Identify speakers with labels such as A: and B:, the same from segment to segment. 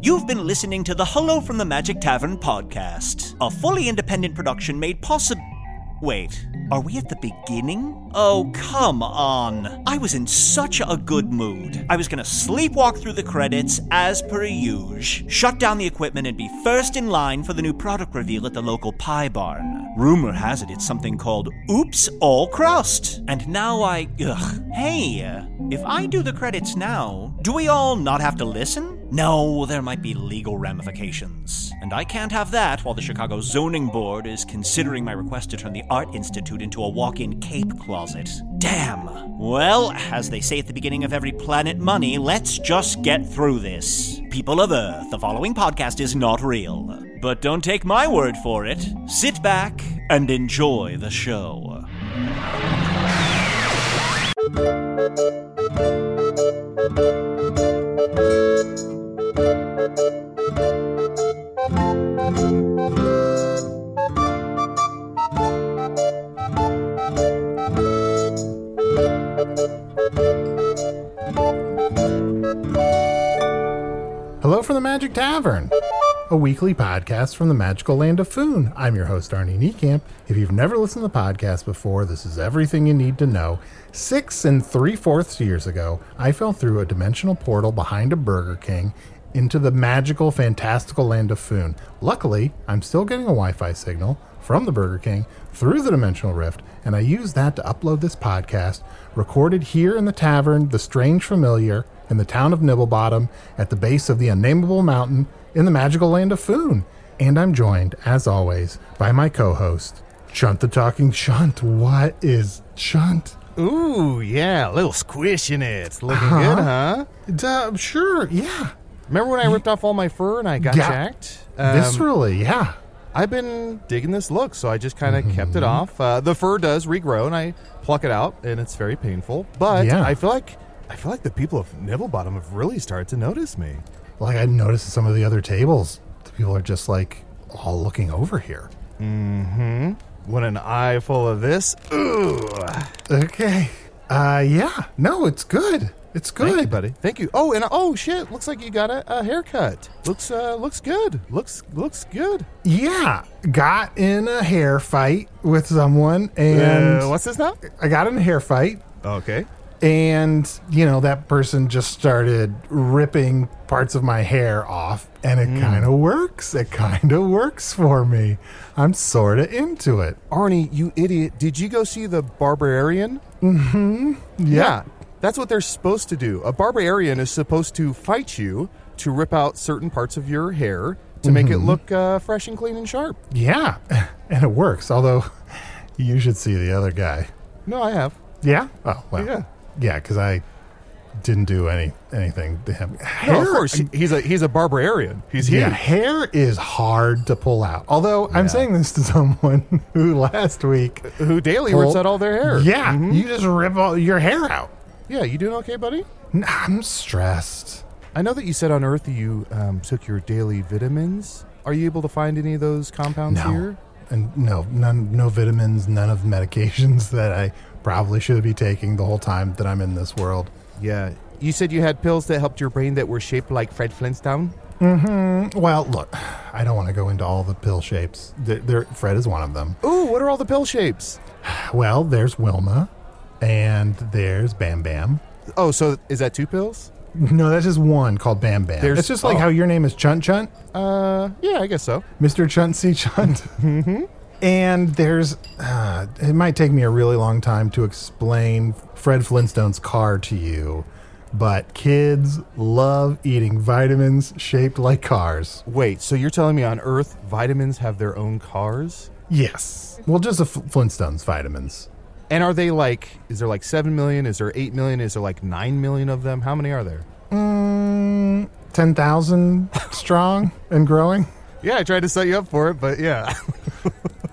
A: You've been listening to the Hello from the Magic Tavern podcast, a fully independent production made possible. Wait, are we at the beginning? Oh, come on. I was in such a good mood. I was gonna sleepwalk through the credits as per usual, shut down the equipment, and be first in line for the new product reveal at the local pie barn. Rumor has it it's something called Oops All Crust. And now I. Ugh. Hey, uh, if I do the credits now, do we all not have to listen? No, there might be legal ramifications. And I can't have that while the Chicago Zoning Board is considering my request to turn the Art Institute into a walk in cape closet. Damn! Well, as they say at the beginning of every Planet Money, let's just get through this. People of Earth, the following podcast is not real. But don't take my word for it. Sit back and enjoy the show.
B: Hello from the Magic Tavern, a weekly podcast from the magical land of Foon. I'm your host, Arnie Niekamp. If you've never listened to the podcast before, this is everything you need to know. Six and three fourths years ago, I fell through a dimensional portal behind a Burger King into the magical, fantastical land of Foon. Luckily, I'm still getting a Wi Fi signal from the Burger King through the Dimensional Rift, and I use that to upload this podcast, recorded here in the tavern, The Strange Familiar, in the town of Nibblebottom, at the base of the unnameable mountain in the magical land of Foon. And I'm joined, as always, by my co host, Chunt the Talking Chunt. What is Chunt?
C: Ooh, yeah, a little squish in it. It's looking good, huh?
B: Duh, Uh-huh. uh, sure, yeah.
C: Remember when I ripped off all my fur and I got
B: Yeah.
C: jacked? Um,
B: Viscerally, yeah. Mm-hmm.
C: I've been digging this look, so I just kind of kept it off. Uh, the fur does regrow, and I pluck it out, and it's very painful. But
B: Yeah.
C: I feel like I feel like the people of Nibblebottom have really started to notice me.
B: Like I noticed at some of the other tables, the people are just like all looking over here.
C: When Mm-hmm. an eye full of this, ooh,
B: Okay. Uh, yeah. No, it's good. It's good,
C: thank you, buddy, thank you. Oh, and oh shit, looks like you got a, a haircut. Looks uh, looks good. Looks looks good.
B: Yeah, got in a hair fight with someone, and
C: uh, what's this now?
B: I got in a hair fight,
C: Okay.
B: and you know that person just started ripping parts of my hair off, and
C: Hmm.
B: it
C: Mm.
B: kind of works. It kind of works for me. I'm sort of into it.
C: Arnie, you idiot. Did you go see the barbarian?
B: Yeah.
C: That's what they're supposed to do. A barbarian is supposed to fight you to rip out certain parts of your hair to make it
B: Mm-hmm.
C: look uh, fresh and clean and sharp.
B: Yeah, and it works. Although you should see the other guy.
C: No, I have.
B: Yeah. Oh well.
C: Yeah.
B: Yeah, because I didn't do any anything to him. Hair,
C: No, of course. he- He's a he's a barbarian. He's
B: Yeah,
C: huge.
B: hair is hard to pull out. Although I'm saying this to someone who last week
C: Who daily
B: pulled-
C: rips out all their hair. Mm-hmm.
B: Yeah, you just rip all your hair out.
C: Yeah, you doing okay, buddy?
B: N- I'm stressed.
C: I know that you said on Earth you um, took your daily vitamins. Are you able to find any of those compounds
B: No.
C: here?
B: And no, none, no vitamins, none of medications that I probably should be taking the whole time that I'm in this world.
C: Yeah. You said you had pills that helped your brain that were shaped like Fred Flintstone. Mm-hmm.
B: Well, look, I don't want to go into all the pill shapes. There, there, Fred is one of them.
C: Ooh, what are all the pill shapes?
B: Well, there's Wilma, and there's Bam Bam.
C: Oh, so is that two pills?
B: No, that's just one called Bam Bam.
C: There's-
B: it's just like
C: oh.
B: how your name is Chunt Chunt,
C: Uh, yeah, I guess so.
B: Mr. Chunt C. Chunt.
C: Mm-hmm.
B: And there's, uh, it might take me a really long time to explain Fred Flintstone's car to you, but kids love eating vitamins shaped like cars.
C: Wait, so you're telling me on Earth vitamins have their own cars?
B: Yes. Well, just the F- Flintstones vitamins.
C: And are they like, is there like 7 million? Is there 8 million? Is there like 9 million of them? How many are there?
B: Mm, 10,000 strong and growing.
C: Yeah, I tried to set you up for it, but yeah.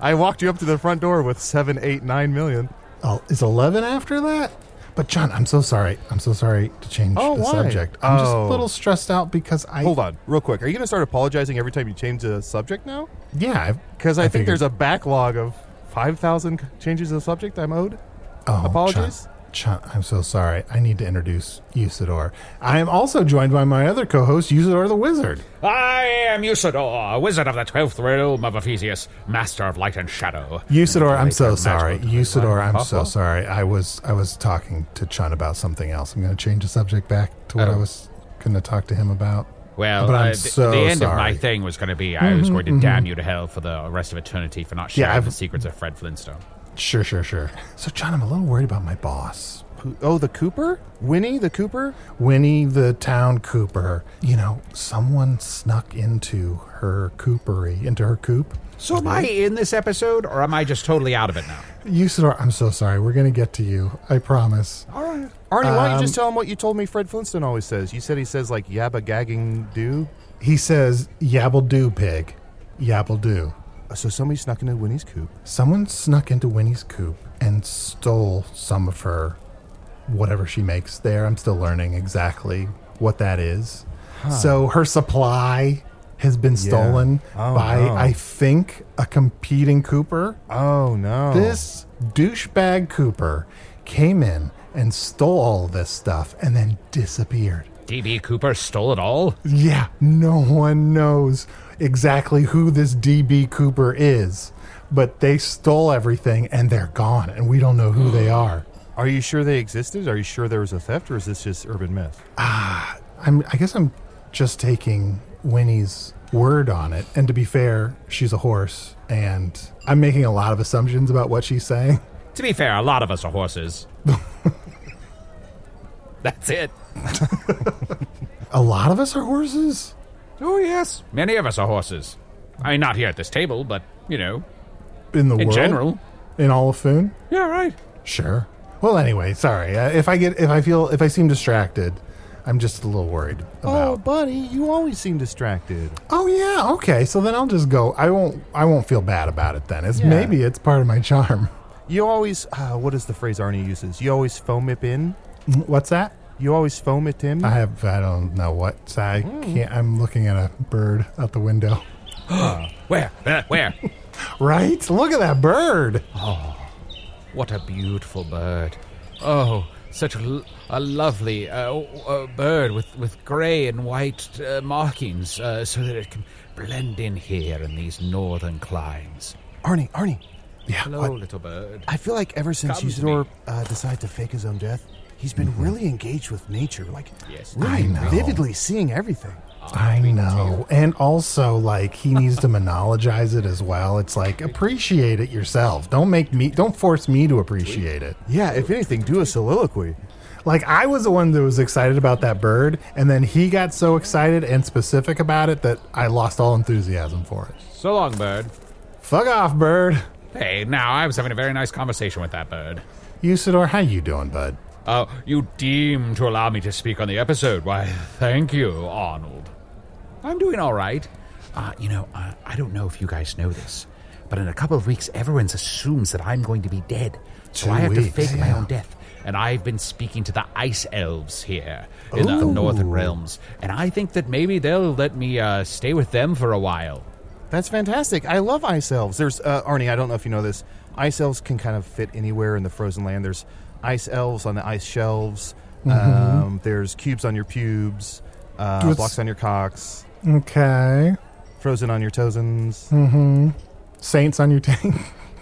C: I walked you up to the front door with seven, eight, nine million.
B: Oh, is 11 after that? But John, I'm so sorry. I'm so sorry to change
C: Oh,
B: the
C: why?
B: subject. I'm just a
C: Oh.
B: little stressed out because I
C: Hold on, real quick. Are you going to start apologizing every time you change the subject now?
B: Yeah, I've-
C: Because I, think
B: figured-
C: there's a backlog of 5,000 c- changes of subject I'm owed.
B: oh,
C: apologies?
B: John, John, I'm so sorry. I need to introduce Usador. I am also joined by my other co-host, Usador the Wizard.
D: I am Usador, wizard of the twelfth realm of Ephesius, master of light and shadow.
B: Usador, I'm so
D: Magical
B: sorry.
D: device.
B: Usador, I'm so
D: Uh-huh.
B: sorry. I was I was talking to Chun about something else. I'm going to change the subject back to what I
D: Oh.
B: was going to talk to him about.
D: Well,
B: but I'm
D: uh, th-
B: so
D: the end
B: sorry.
D: of my thing was going to be I was going to damn you to hell for the rest of eternity for not
B: Yeah,
D: sharing
B: I've-
D: the secrets of Fred Flintstone.
B: Sure, sure, sure. So, John, I'm a little worried about my boss.
C: Who- Oh, the Cooper? Winnie the Cooper?
B: Winnie the town cooper. You know, someone snuck into her coopery, into her coop.
D: So am I in this episode, or am I just totally out of it now?
B: Usador, I'm so sorry. We're going to get to you. I promise. Um,
C: All right. Arnie, why don't you just tell him what you told me Fred Flintstone always says? You said he says, like, yabba gagging do.
B: He says, Yabble do, pig. Yabble do.
C: Uh, So somebody snuck into Winnie's coop.
B: Someone snuck into Winnie's coop and stole some of her, whatever she makes there. I'm still learning exactly what that is. So her supply has been stolen
C: Oh,
B: by,
C: no.
B: I think, a competing Cooper.
C: Oh, no.
B: This douchebag Cooper came in and stole all of this stuff and then disappeared.
D: DB Cooper stole it all.
B: Yeah, no one knows exactly who this DB Cooper is, but they stole everything and they're gone and we don't know who they are.
C: Are you sure they existed? Are you sure there was a theft, or is this just urban myth?
B: Ah, I'm I guess I'm just taking Winnie's word on it. And to be fair, she's a horse and I'm making a lot of assumptions about what she's saying.
D: To be fair, a lot of us are horses. That's it.
B: A lot of us are horses.
D: Oh yes, many of us are horses. I mean, not here at this table, but you know,
B: in the
D: In
B: world
D: general.
B: in all of Foon.
D: yeah, right.
B: Sure. Well, anyway, sorry. Uh, if I get if I feel if I seem distracted, I'm just a little worried
C: Oh,
B: about.
C: buddy, you always seem distracted.
B: Oh, yeah. Okay. So then I'll just go. I won't. I won't feel bad about it then. It's
C: Yeah.
B: maybe it's part of my charm.
C: You always, uh, what is the phrase Arnie uses? You always foam it in.
B: What's that?
C: You always foam it in.
B: I have. I don't know what. so I
C: Hmm.
B: can't. I'm looking at a bird out the window.
D: Where? Uh, where?
B: Right. Look at that bird.
C: Oh,
D: What a beautiful bird. Oh, such a, l- a lovely uh, uh, bird with, with grey and white uh, markings uh, so that it can blend in here in these northern climes.
C: Arnie, Arnie,
B: Yeah.
D: Hello,
B: what-
D: little bird.
C: I feel like ever since
D: Come to
C: Usador
D: me.
C: uh, decided to fake his own death, he's been really engaged with nature, like
D: Yes.
B: Mm-hmm. I
C: really
B: know.
C: vividly seeing everything.
B: I know. And also, like, he needs to monologize it as well. It's like, appreciate it yourself. Don't make me, don't force me to appreciate it.
C: Yeah, if anything, do a soliloquy.
B: Like, I was the one that was excited about that bird, and then he got so excited and specific about it that I lost all enthusiasm for it.
D: So long, bird.
B: Fuck off, bird.
D: Hey, now I was having a very nice conversation with that bird.
B: Usador, how you doing, bud?
D: Uh, you deem to allow me to speak on the episode. Why, thank you, Arnold. I'm doing all right. Uh, you know, uh, I don't know if you guys know this, but in a couple of weeks, everyone assumes that I'm going to be dead. So
B: Two
D: I have
B: weeks,
D: to fake my
B: yeah.
D: own death and I've been speaking to the ice elves here in the northern realms, and I think that maybe they'll let me uh, stay with them for a while.
C: That's fantastic. I love ice elves. There's uh, Arnie. I don't know if you know this. Ice elves can kind of fit anywhere in the frozen land. There's ice elves on the ice shelves. Um, there's cubes on your pubes, uh,
B: What's-
C: blocks on your cocks,
B: Okay.
C: frozen on your toesins.
B: Saints on your tank.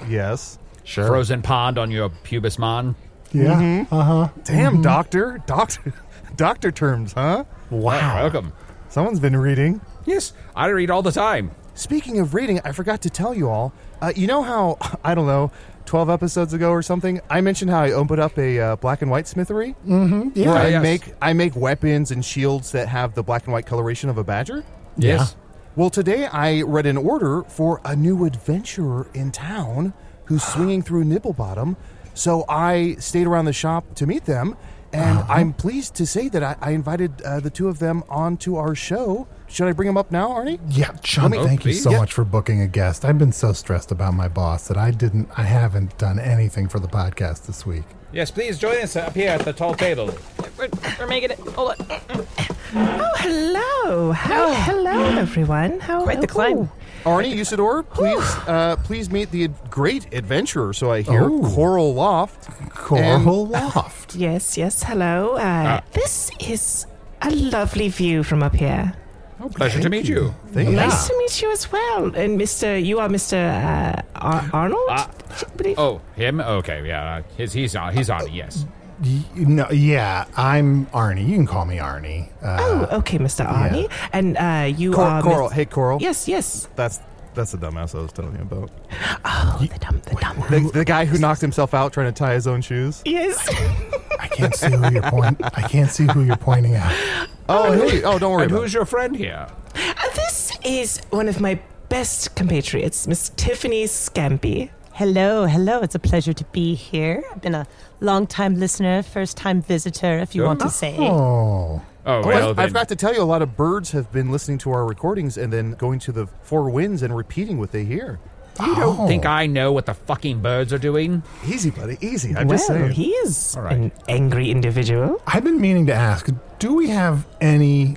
C: Yes.
D: Sure. Frozen pond on your pubis mon.
B: yeah.
C: Mm-hmm. Damn, doctor, doctor, doctor terms, huh?
D: Wow. Welcome.
C: Someone's been reading.
D: Yes, I read all the time.
C: Speaking of reading, I forgot to tell you all. Uh, you know how I don't know, twelve episodes ago or something, I mentioned how I opened up a uh, black and white smithery.
B: Yeah.
C: Mm-hmm. I
D: yes.
C: make I make weapons and shields that have the black and white coloration of a badger.
D: Yes.
C: Well, today I read an order for a new adventurer in town who's swinging through Nibblebottom. So I stayed around the shop to meet them, and
B: Uh-huh.
C: I'm pleased to say that I, I invited uh, the two of them onto our show. Should I bring them up now, Arnie?
B: Yeah, John,
D: me-
B: thank you
D: please.
B: so
D: Yeah.
B: much for booking a guest. I've been so stressed about my boss that I didn't I haven't done anything for the podcast this week.
D: Yes, please join us up here at the tall table.
E: We're, we're making it. Hold on.
F: Hello, How- hello, everyone. How
E: Quite the climb.
F: oh,
C: Arnie Usador, please, uh, please meet the ad- great adventurer. So I hear
B: Oh.
C: Coral Loft.
B: Coral Loft.
F: uh, Yes, yes. Hello. Uh, This is a lovely view from up here.
D: Pleasure to meet you.
C: Thank you.
F: Nice to meet you as well. And Mr. You are Mr. Uh, Ar- Arnold.
D: Ah.
F: I believe-
D: Oh, him? Okay, yeah. uh, His, he's on. He's on. Yes.
B: Y- No, yeah, I'm Arnie. You can call me Arnie. Uh,
F: Oh, okay, Mr. Arnie. And uh, you
C: Cor-
F: are
C: Coral,
F: Mr.
C: hey Coral.
F: Yes, yes.
C: that's that's the dumbass I was telling you about.
F: Oh, the dumb, the dumb.
C: The, the guy who knocked himself out trying to tie his own shoes.
F: Yes.
B: I can't see who you're point. I can't see who you're pointing at.
C: Oh, and who- oh, don't worry
D: And
C: about.
D: who's your friend here?
F: Uh, this is one of my best compatriots, Miss Tiffany Scampi.
E: Hello, hello. It's a pleasure to be here. I've been a long-time listener, first-time visitor, if you want to say.
B: Oh,
D: Oh,
C: Oh,
D: well,
C: I,
D: then.
C: have got to tell you, a lot of birds have been listening to our recordings and then going to the four winds and repeating what they hear.
D: you don't
B: Oh.
D: think I know what the fucking birds are doing?
C: Easy, buddy, easy. I'm
F: well,
C: just saying.
F: he is
D: right.
F: an angry individual.
B: I've been meaning to ask. Do we have any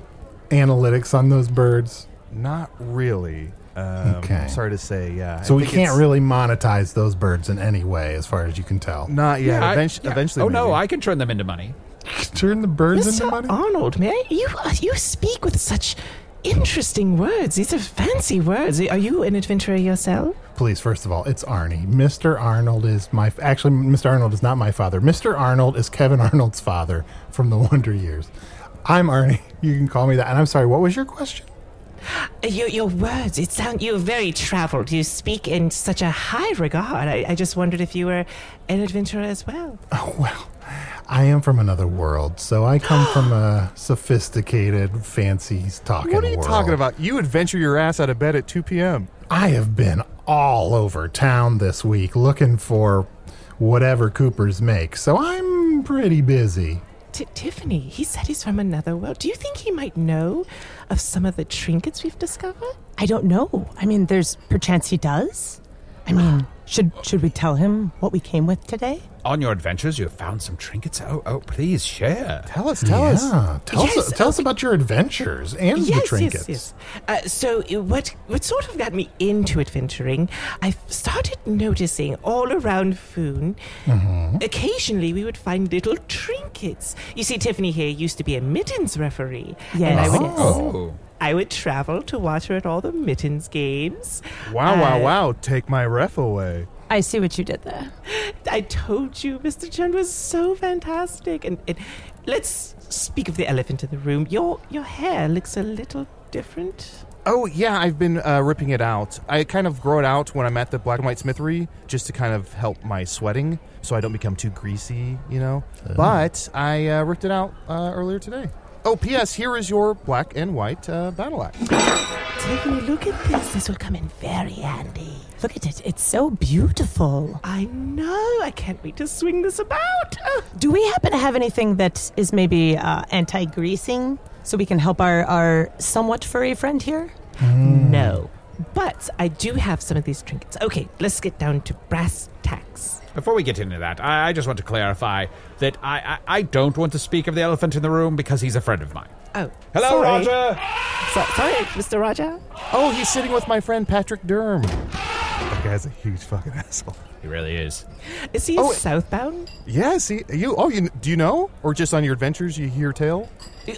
B: analytics on those birds?
C: Not really. Um,
B: Okay.
C: Sorry to say, yeah. I
B: So we
C: think
B: can't
C: it's-
B: really monetize those birds in any way, as far as you can tell.
C: Not yet.
D: I-
C: Eventu-
D: yeah.
C: Eventually.
D: Oh no,
C: maybe.
D: I can turn them into money.
B: Turn the birds into
F: Mr.
B: money.
F: Arnold, may I? You, uh, you speak with such interesting words. These are fancy words. Are you an adventurer yourself?
B: Please, first of all, it's Arnie. Mr. Arnold is my actually Mr. Arnold is not my father. Mr. Arnold is Kevin Arnold's father from the Wonder Years. I'm Arnie. You can call me that. And I'm sorry, what was your question?
F: Uh, Your, your words, it sound you're very traveled. You speak in such a high regard. I, I just wondered if you were an adventurer as well.
B: Oh well, I am from another world, so I come from a sophisticated, fancy talking.
C: What are you
B: world.
C: talking about? You would venture your ass out of bed at 2 p.m.
B: I have been all over town this week looking for whatever Coopers make, so I'm pretty busy.
F: T- Tiffany, he said he's from another world. Do you think he might know of some of the trinkets we've discovered?
E: I don't know. I mean, there's perchance he does. I mean, should should we tell him what we came with today?
D: On your adventures, you have found some trinkets. Oh, oh, please share.
C: Tell us, tell us.
B: Yeah, tell us
F: Yes,
B: tell us about your adventures and the trinkets.
F: Yes, yes. Uh, so uh, what what sort of got me into adventuring? I started noticing all around Foon.
B: Mm-hmm.
F: Occasionally, we would find little trinkets. You see, Tiffany here used to be a mittens referee, and I
E: Yes,
F: would
E: yes.
D: Oh,
F: I would travel to watch her at all the mittens games.
C: Wow, wow,
F: Uh,
C: wow. Take my ref away.
E: I see what you did there.
F: I told you, Mr. Chen was so fantastic. And, and let's speak of the elephant in the room. Your your hair looks a little different.
C: Oh yeah, I've been uh, ripping it out. I kind of grow it out when I'm at the black and white smithery, just to kind of help my sweating, so I don't become too greasy, you know. But I uh, ripped it out uh, earlier today. Oh, P.S. Here is your black and white uh, battle axe.
F: Tiffany, look at this. This will come in very handy.
E: Look at it. It's so Oh, beautiful.
F: I know. I can't wait to swing this about. Oh,
E: Do we happen to have anything that is maybe uh, anti-greasing, so we can help our our somewhat furry friend here?
F: No. But I do have some of these trinkets. Okay, let's get down to brass tacks.
D: Before we get into that, I, I just want to clarify that I, I, I don't want to speak of the elephant in the room because he's a friend of mine.
F: Oh,
D: Hello,
F: sorry.
D: Roger!
F: So, sorry, Mr. Roger.
C: Oh, he's sitting with my friend Patrick Durham. That guy's a huge fucking asshole.
D: He really is.
F: Is he
C: Oh, it-
F: southbound?
C: Yeah, see you. Oh, you do you know, or just on your adventures you hear tale?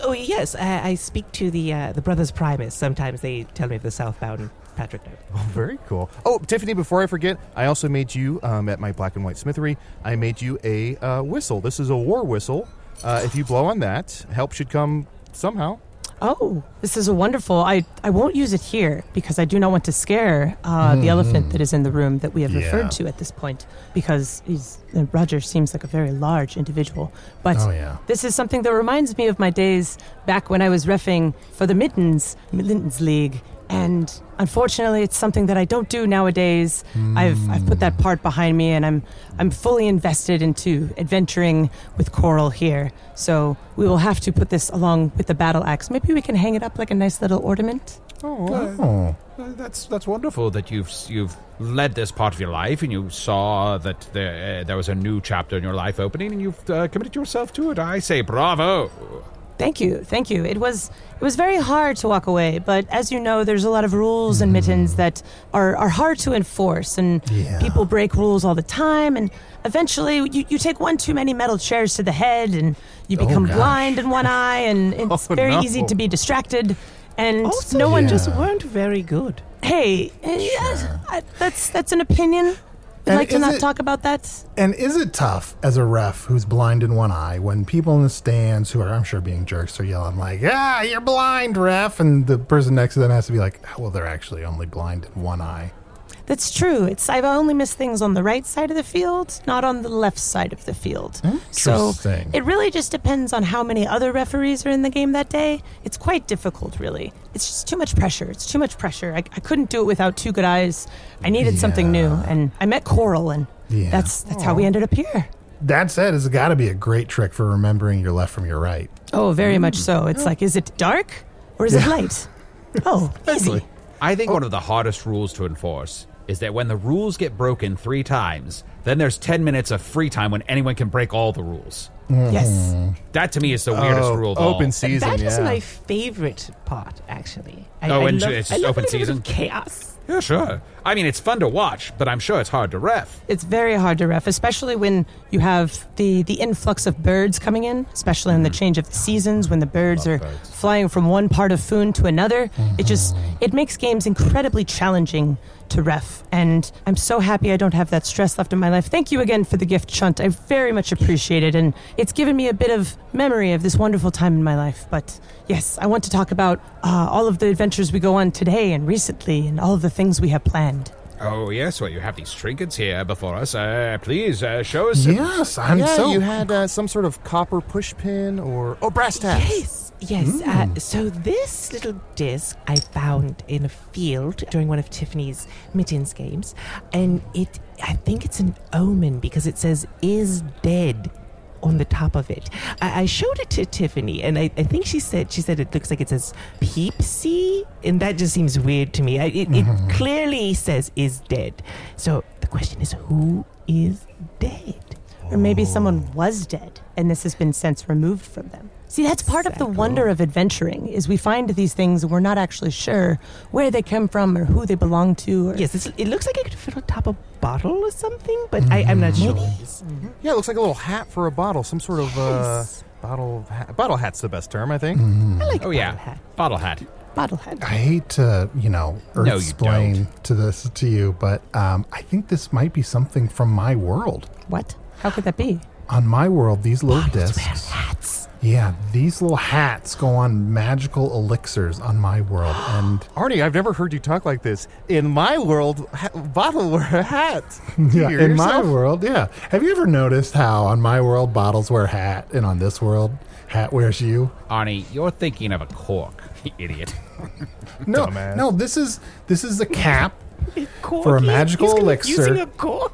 F: Oh yes, I, I speak to the uh, the brothers Primus. Sometimes they tell me of the southbound Patrick. Note.
C: Oh, very cool. Oh, Tiffany, before I forget, I also made you um, at my black and white smithery. I made you a uh, whistle. This is a war whistle. Uh, if you blow on that, help should come somehow.
E: Oh, this is a wonderful. I, I won't use it here because I do not want to scare uh, the elephant that is in the room that we have
B: Yeah.
E: referred to at this point because he's, uh, Roger seems like a very large individual. But
B: Oh, yeah.
E: this is something that reminds me of my days back when I was refing for the Mittens, Mittens League. And unfortunately, it's something that I don't do nowadays. I've, I've put that part behind me and I'm, I'm fully invested into adventuring with Coral here. So we will have to put this along with the battle axe. Maybe we can hang it up like a nice little ornament.
B: Oh,
D: Uh, That's that's wonderful that you've you've led this part of your life and you saw that there uh, there was a new chapter in your life opening and you've uh, committed yourself to it. I say bravo.
E: Thank you, thank you. It was it was very hard to walk away, but as you know, there's a lot of rules
B: Mm-hmm.
E: in mittens that are, are hard to enforce, and people break rules all the time. And eventually, you, you take one too many metal chairs to the head, and you become
B: Oh, gosh.
E: blind in one eye, and it's
C: Oh,
E: very
C: no.
E: easy to be distracted. And
B: Oh,
F: Also,
E: no one
F: you
E: just
F: just weren't very good.
E: hey, eh, I- that's that's an opinion. We'd
B: And
E: like to
B: is
E: not
B: it-
E: talk about that.
B: And is it tough as a ref who's blind in one eye when people in the stands who are, I'm sure, being jerks are yelling, like, ah, you're blind, ref? And the person next to them has to be like, well, they're actually only blind in one eye.
E: That's true. It's I've only missed things on the right side of the field, not on the left side of the field. So
B: Interesting.
E: it really just depends on how many other referees are in the game that day. It's quite difficult, really. It's just too much pressure. It's too much pressure. I, I couldn't do it without two good eyes. I needed something new, and I met Coral, and
B: Yeah.
E: that's that's how we ended up here.
B: That said, it's got to be a great trick for remembering your left from your right.
E: Oh, very much
B: Mm.
E: so. It's like, is it dark or is it light? Oh, easy.
D: I
C: Oh.
D: think one of the hardest rules to enforce is that when the rules get broken 3 times, then there's 10 minutes of free time when anyone can break all the rules.
E: Yes.
D: That to me is the weirdest
C: Mm-hmm. Oh,
D: rule of all.
C: open season.
F: That is
C: yeah.
F: my favorite part, actually. I,
D: Oh,
F: I
D: and
F: love,
D: it's
F: I
D: just
F: love
D: open
F: when there's a
D: season?
F: bit of chaos.
D: Yeah, sure. I mean, it's fun to watch, but I'm sure it's hard to ref.
E: It's very hard to ref, especially when you have the, the influx of birds coming in, especially in the change of the seasons when the birds are flying from one part of Foon to another. It just it makes games incredibly challenging to ref. And I'm so happy I don't have that stress left in my life. Thank you again for the gift, Chunt. I very much appreciate it, and it's given me a bit of memory of this wonderful time in my life. But yes, I want to talk about uh, all of the adventures we go on today and recently, and all of the things we have planned.
D: Oh, yes, well, you have these trinkets here before us. Uh, please uh, show us.
B: Yes, I'm
C: yeah,
B: so.
C: you had uh, some sort of copper push pin or oh brass tacks.
F: Yes, yes.
E: Hmm.
F: Uh, so this little disc I found in a field during one of Tiffany's mittens games, and it I think it's an omen because it says "is dead." On the top of it, I, I showed it to Tiffany, and I, I think she said she said it looks like it says "peepsy," and that just seems weird to me. I, it, it clearly says "is dead," so the question is, who is dead?
E: Or
F: Oh.
E: maybe someone was dead and this has been since removed from them. See, that's part of the wonder of adventuring is we find these things and we're not actually sure where they come from or who they belong to. Or
F: Yes, it's, it looks like it could fit on top of a bottle or something, but I, I'm not sure.
C: Yeah, it looks like a little hat for a bottle, some sort of uh,
F: Yes.
C: bottle. Ha- bottle hat's the best term, I think.
F: I like
D: Oh,
F: bottle
D: yeah.
F: hat.
D: Bottle hat.
E: bottlehead.
B: I hate to, you know,
D: No, you
B: explain to this to you, but um, I think this might be something from my world.
E: What? How could that be?
B: On my world, these little discs.
F: Hats.
B: Yeah, these little hats go on magical elixirs on my world, and
C: Arnie, I've never heard you talk like this. In my world, ha- bottle or hat.
B: yeah,
C: You
B: in my
C: yourself?
B: world, yeah. Have you ever noticed how on my world bottles wear hat, and on this world, hat wears you?
D: Arnie, you're thinking of a cork, idiot.
B: No,
C: Dumbass.
B: no. This is this is the cap for a magical
F: He's
B: elixir.
F: Using a cork.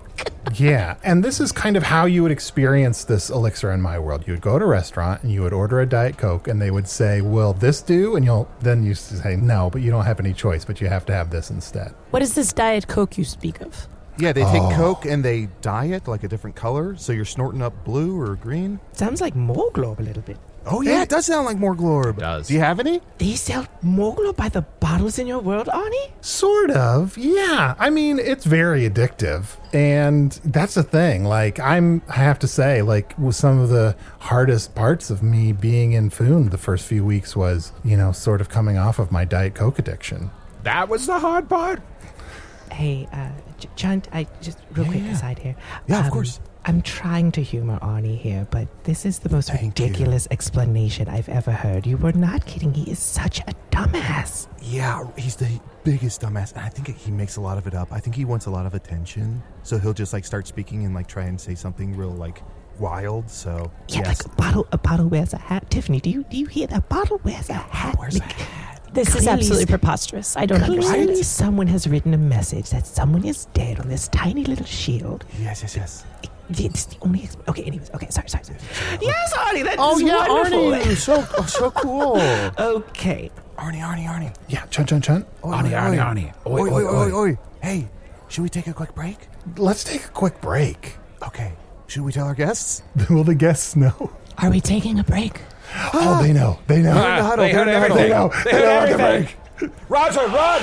B: Yeah, and this is kind of how you would experience this elixir in my world. You would go to a restaurant and you would order a diet coke, and they would say, "Will this do?" And you'll then you say, "No," but you don't have any choice, but you have to have this instead.
E: What is this Diet Coke you speak of?
C: Yeah, they take
B: Oh.
C: Coke and they dye it like a different color, so you're snorting up blue or green.
F: Sounds like Morglob a little bit.
C: Oh yeah, it does sound like more glorb.
G: does.
C: Do you have any?
F: They sell Morglob by the bottles in your world, Arnie?
B: Sort of, yeah. I mean, it's very addictive, and that's the thing. Like, I'm, I have to say, like, was some of the hardest parts of me being in Foon the first few weeks was, you know, sort of coming off of my diet coke addiction.
G: That was the hard part.
F: Hey, uh, J- Chunt, I just real quick aside here. Um,
C: Yeah, of course.
F: I'm trying to humor Arnie here, but this is the most
C: Thank you.
F: ridiculous explanation I've ever heard. You were not kidding. He is such a dumbass.
C: Yeah, he's the biggest dumbass, and I think he makes a lot of it up. I think he wants a lot of attention, so he'll just like start speaking and like try and say something real like wild. So
F: Yeah,
C: yes.
F: like a bottle. A bottle wears a hat. Tiffany, do you do you hear that? A bottle wears a hat.
C: wears a
F: Like,
E: This is
F: Clearly-
E: absolutely preposterous. I don't understand.
F: Clearly, someone has written a message that someone is dead on this tiny little shield.
C: yes, yes, yes.
F: It's the only. Ex- okay, anyways. Okay, sorry, sorry, sorry. Yes, Arnie, that is
C: Oh yeah,
F: wonderful.
C: Arnie, so oh, so cool. Arnie,
F: Okay.
C: Arnie, Arnie.
B: Yeah, chun chun chun.
D: Arnie, Arnie, Arnie. Oi,
C: Oi,
D: oi,
C: oi, oi,
D: oi.
C: oi. Hey, should we take a quick break?
B: Let's take a quick break.
C: Okay. Should we tell our guests?
B: Will the guests know?
E: Are we taking a break?
B: Oh, they know. They know.
C: in the huddle,
G: Ah, they
C: they're
G: heard
C: in the huddle.
G: everything.
B: They know.
G: They
B: They know
G: heard
B: at the
G: everything. Roger, run!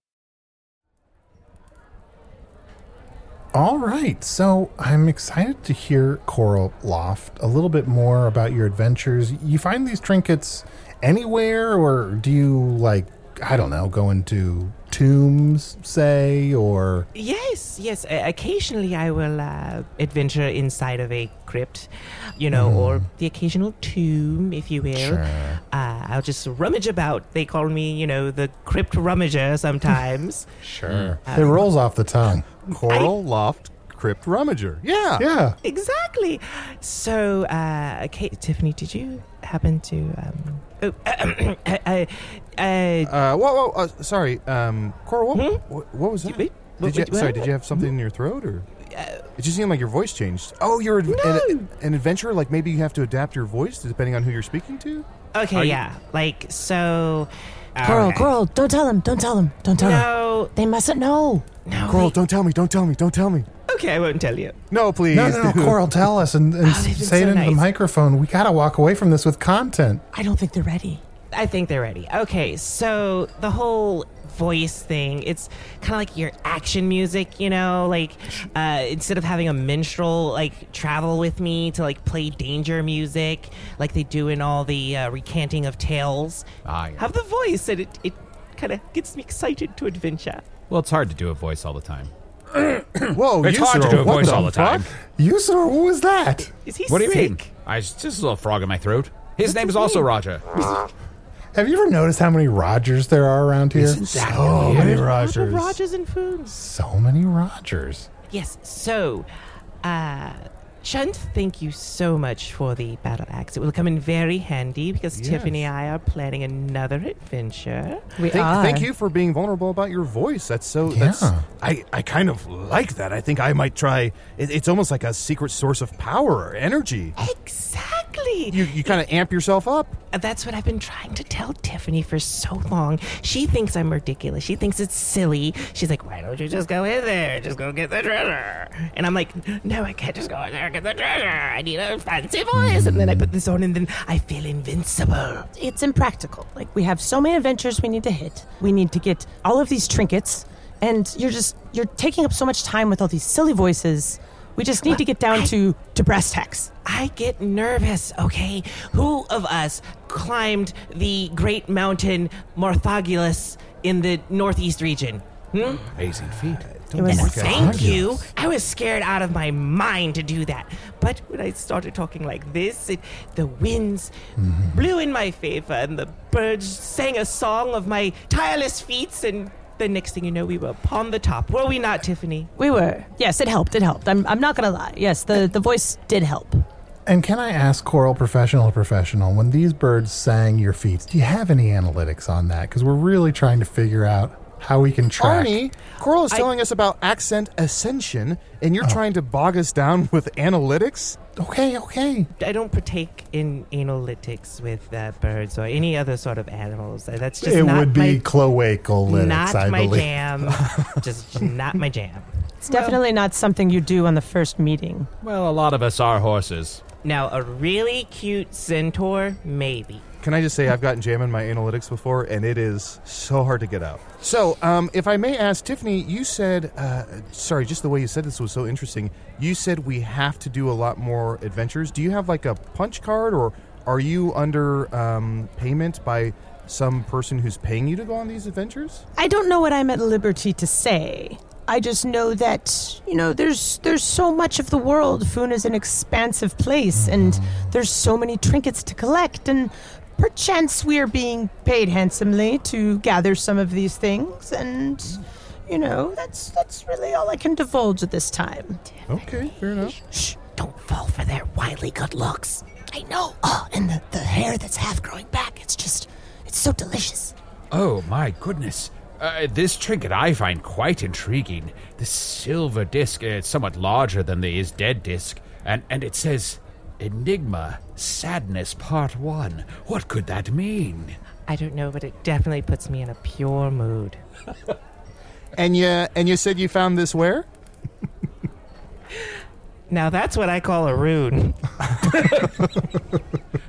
B: All right, so I'm excited to hear Coral Loft a little bit more about your adventures. You find these trinkets anywhere, or do you like I don't know, go into tombs, say, or
F: Yes, yes. Uh, occasionally, I will uh, adventure inside of a crypt, you know, or the occasional tomb, if you will. Uh, I'll just rummage about. They call me, you know, the crypt rummager sometimes.
B: sure,
F: Hmm.
B: it rolls off the tongue.
C: Coral Loft Crypt Rummager. Yeah.
B: Yeah,
F: exactly. So, uh, okay, Tiffany, did you happen to? Um, oh, uh, uh, uh,
C: Uh, whoa, whoa, uh, sorry, um, Coral. What, what, what was that?
F: Hmm? wait, what-
C: did you,
F: what-
C: sorry,
F: what- Uh,
C: did you have something in your throat, or it just seemed like your voice changed? Oh, you're an, an, an adventurer. Like maybe you have to adapt your voice depending on who you're speaking to.
F: okay, yeah. Like so.
C: Ah,
E: Coral,
F: okay.
E: Coral, don't tell him. Don't tell him. Don't tell him.
F: No,
E: They mustn't know.
F: no.
C: Coral,
F: they-
C: don't tell me, don't tell me, don't tell me.
F: okay, I won't tell you.
C: No, please.
B: no, no, no, Coral, tell us and, and
F: Oh, they've been
B: say
F: so
B: it into the
F: nice.
B: microphone. We gotta walk away from this with content.
E: I don't think they're ready.
F: I think they're ready. Okay, so the whole voice thing, it's kind of like your action music, you know? Like, uh, instead of having a minstrel, like, travel with me to, like, play danger music, like they do in all the uh, recanting of tales,
G: Ah, yeah.
F: have the voice, and it, it kind of gets me excited to adventure.
G: Well, it's hard to do a voice all the time.
C: Whoa,
G: It's hard to
C: Yusro,
G: do a
C: what
G: voice
C: the
G: all the time.
C: fuck?
B: Usador, what was that?
F: Is he
G: What do you
F: sick?
G: mean? I s- just a little frog in my throat. His name is also Roger.
B: Have you ever noticed how many Rogers there are around here?
H: Isn't that
B: so
H: weird?
B: many
F: Roger
B: Rogers.
F: Rogers and Foons.
B: So many Rogers.
F: Yes, so, uh, Chunt, thank you so much for the battle axe. It will come in very handy because Tiffany and I are planning another adventure.
E: We
C: Thank,
E: are.
C: thank you for being vulnerable about your voice. That's so. That's,
B: Yeah.
C: I, I kind of like that. I think I might try. It, it's almost like a secret source of power or energy.
F: Exactly. Exactly.
C: You, you kind of amp yourself up.
F: Uh, That's what I've been trying to tell Tiffany for so long. She thinks I'm ridiculous. She thinks it's silly. She's like, why don't you just go in there? Just go get the treasure. And I'm like, no, I can't just go in there and get the treasure. I need a fancy voice. And then I put this on and then I feel invincible.
E: It's impractical. Like we have so many adventures we need to hit. We need to get all of these trinkets, and you're just you're taking up so much time with all these silly voices. We just need to get down to to brass tacks.
F: I get nervous, okay? Who of us climbed the great mountain Marthagulus in the northeast region? Hmm?
D: Amazing feat.
F: It was- thank you. I was scared out of my mind to do that. But when I started talking like this, it, the winds blew in my favor and the birds sang a song of my tireless feats. And the next thing you know, we were upon the top. Were we not, Tiffany?
E: We were. Yes, it helped. It helped. I'm I'm not gonna lie. Yes, the the voice did help.
B: And can I ask choral professional to professional, when these birds sang your feats, do you have any analytics on that? Because we're really trying to figure out how we can track.
C: Arnie, Coral is telling us about accent ascension, and
G: Oh.
C: you're trying to bog us down with analytics?
B: Okay, okay.
F: I don't partake in analytics with uh, birds or any other sort of animals. Uh, That's just
B: it
F: not
B: would
F: my
B: be cloacalytics,
F: not
B: I
F: my
B: believe.
F: jam. just not my jam.
E: It's definitely not something you do on the first meeting.
G: Well, a lot of us are horses.
F: Now, a really cute centaur, maybe.
C: Can I just say I've gotten jam in my analytics before, and it is so hard to get out. So, um, if I may ask, Tiffany, you said, uh, sorry, just the way you said this was so interesting. You said we have to do a lot more adventures. Do you have like a punch card, or are you under um, payment by some person who's paying you to go on these adventures?
E: I don't know what I'm at liberty to say. I just know that you know there's there's so much of the world. Foon is an expansive place, and there's so many trinkets to collect, and perchance we are being paid handsomely to gather some of these things. And you know that's that's really all I can divulge at this time.
C: Okay, fair enough.
F: Shh, don't fall for their wily good looks.
E: I know. Oh, and the, the hair that's half growing back. It's just it's so delicious.
G: Oh, my goodness. Uh, this trinket I find quite intriguing. This silver disc, uh, it's somewhat larger than the Is Dead disc, and, and it says Enigma Sadness Part 1. What could that mean?
F: I don't know, but it definitely puts me in a pure mood.
C: And you and you said you found this where?
F: Now that's what I call a rune.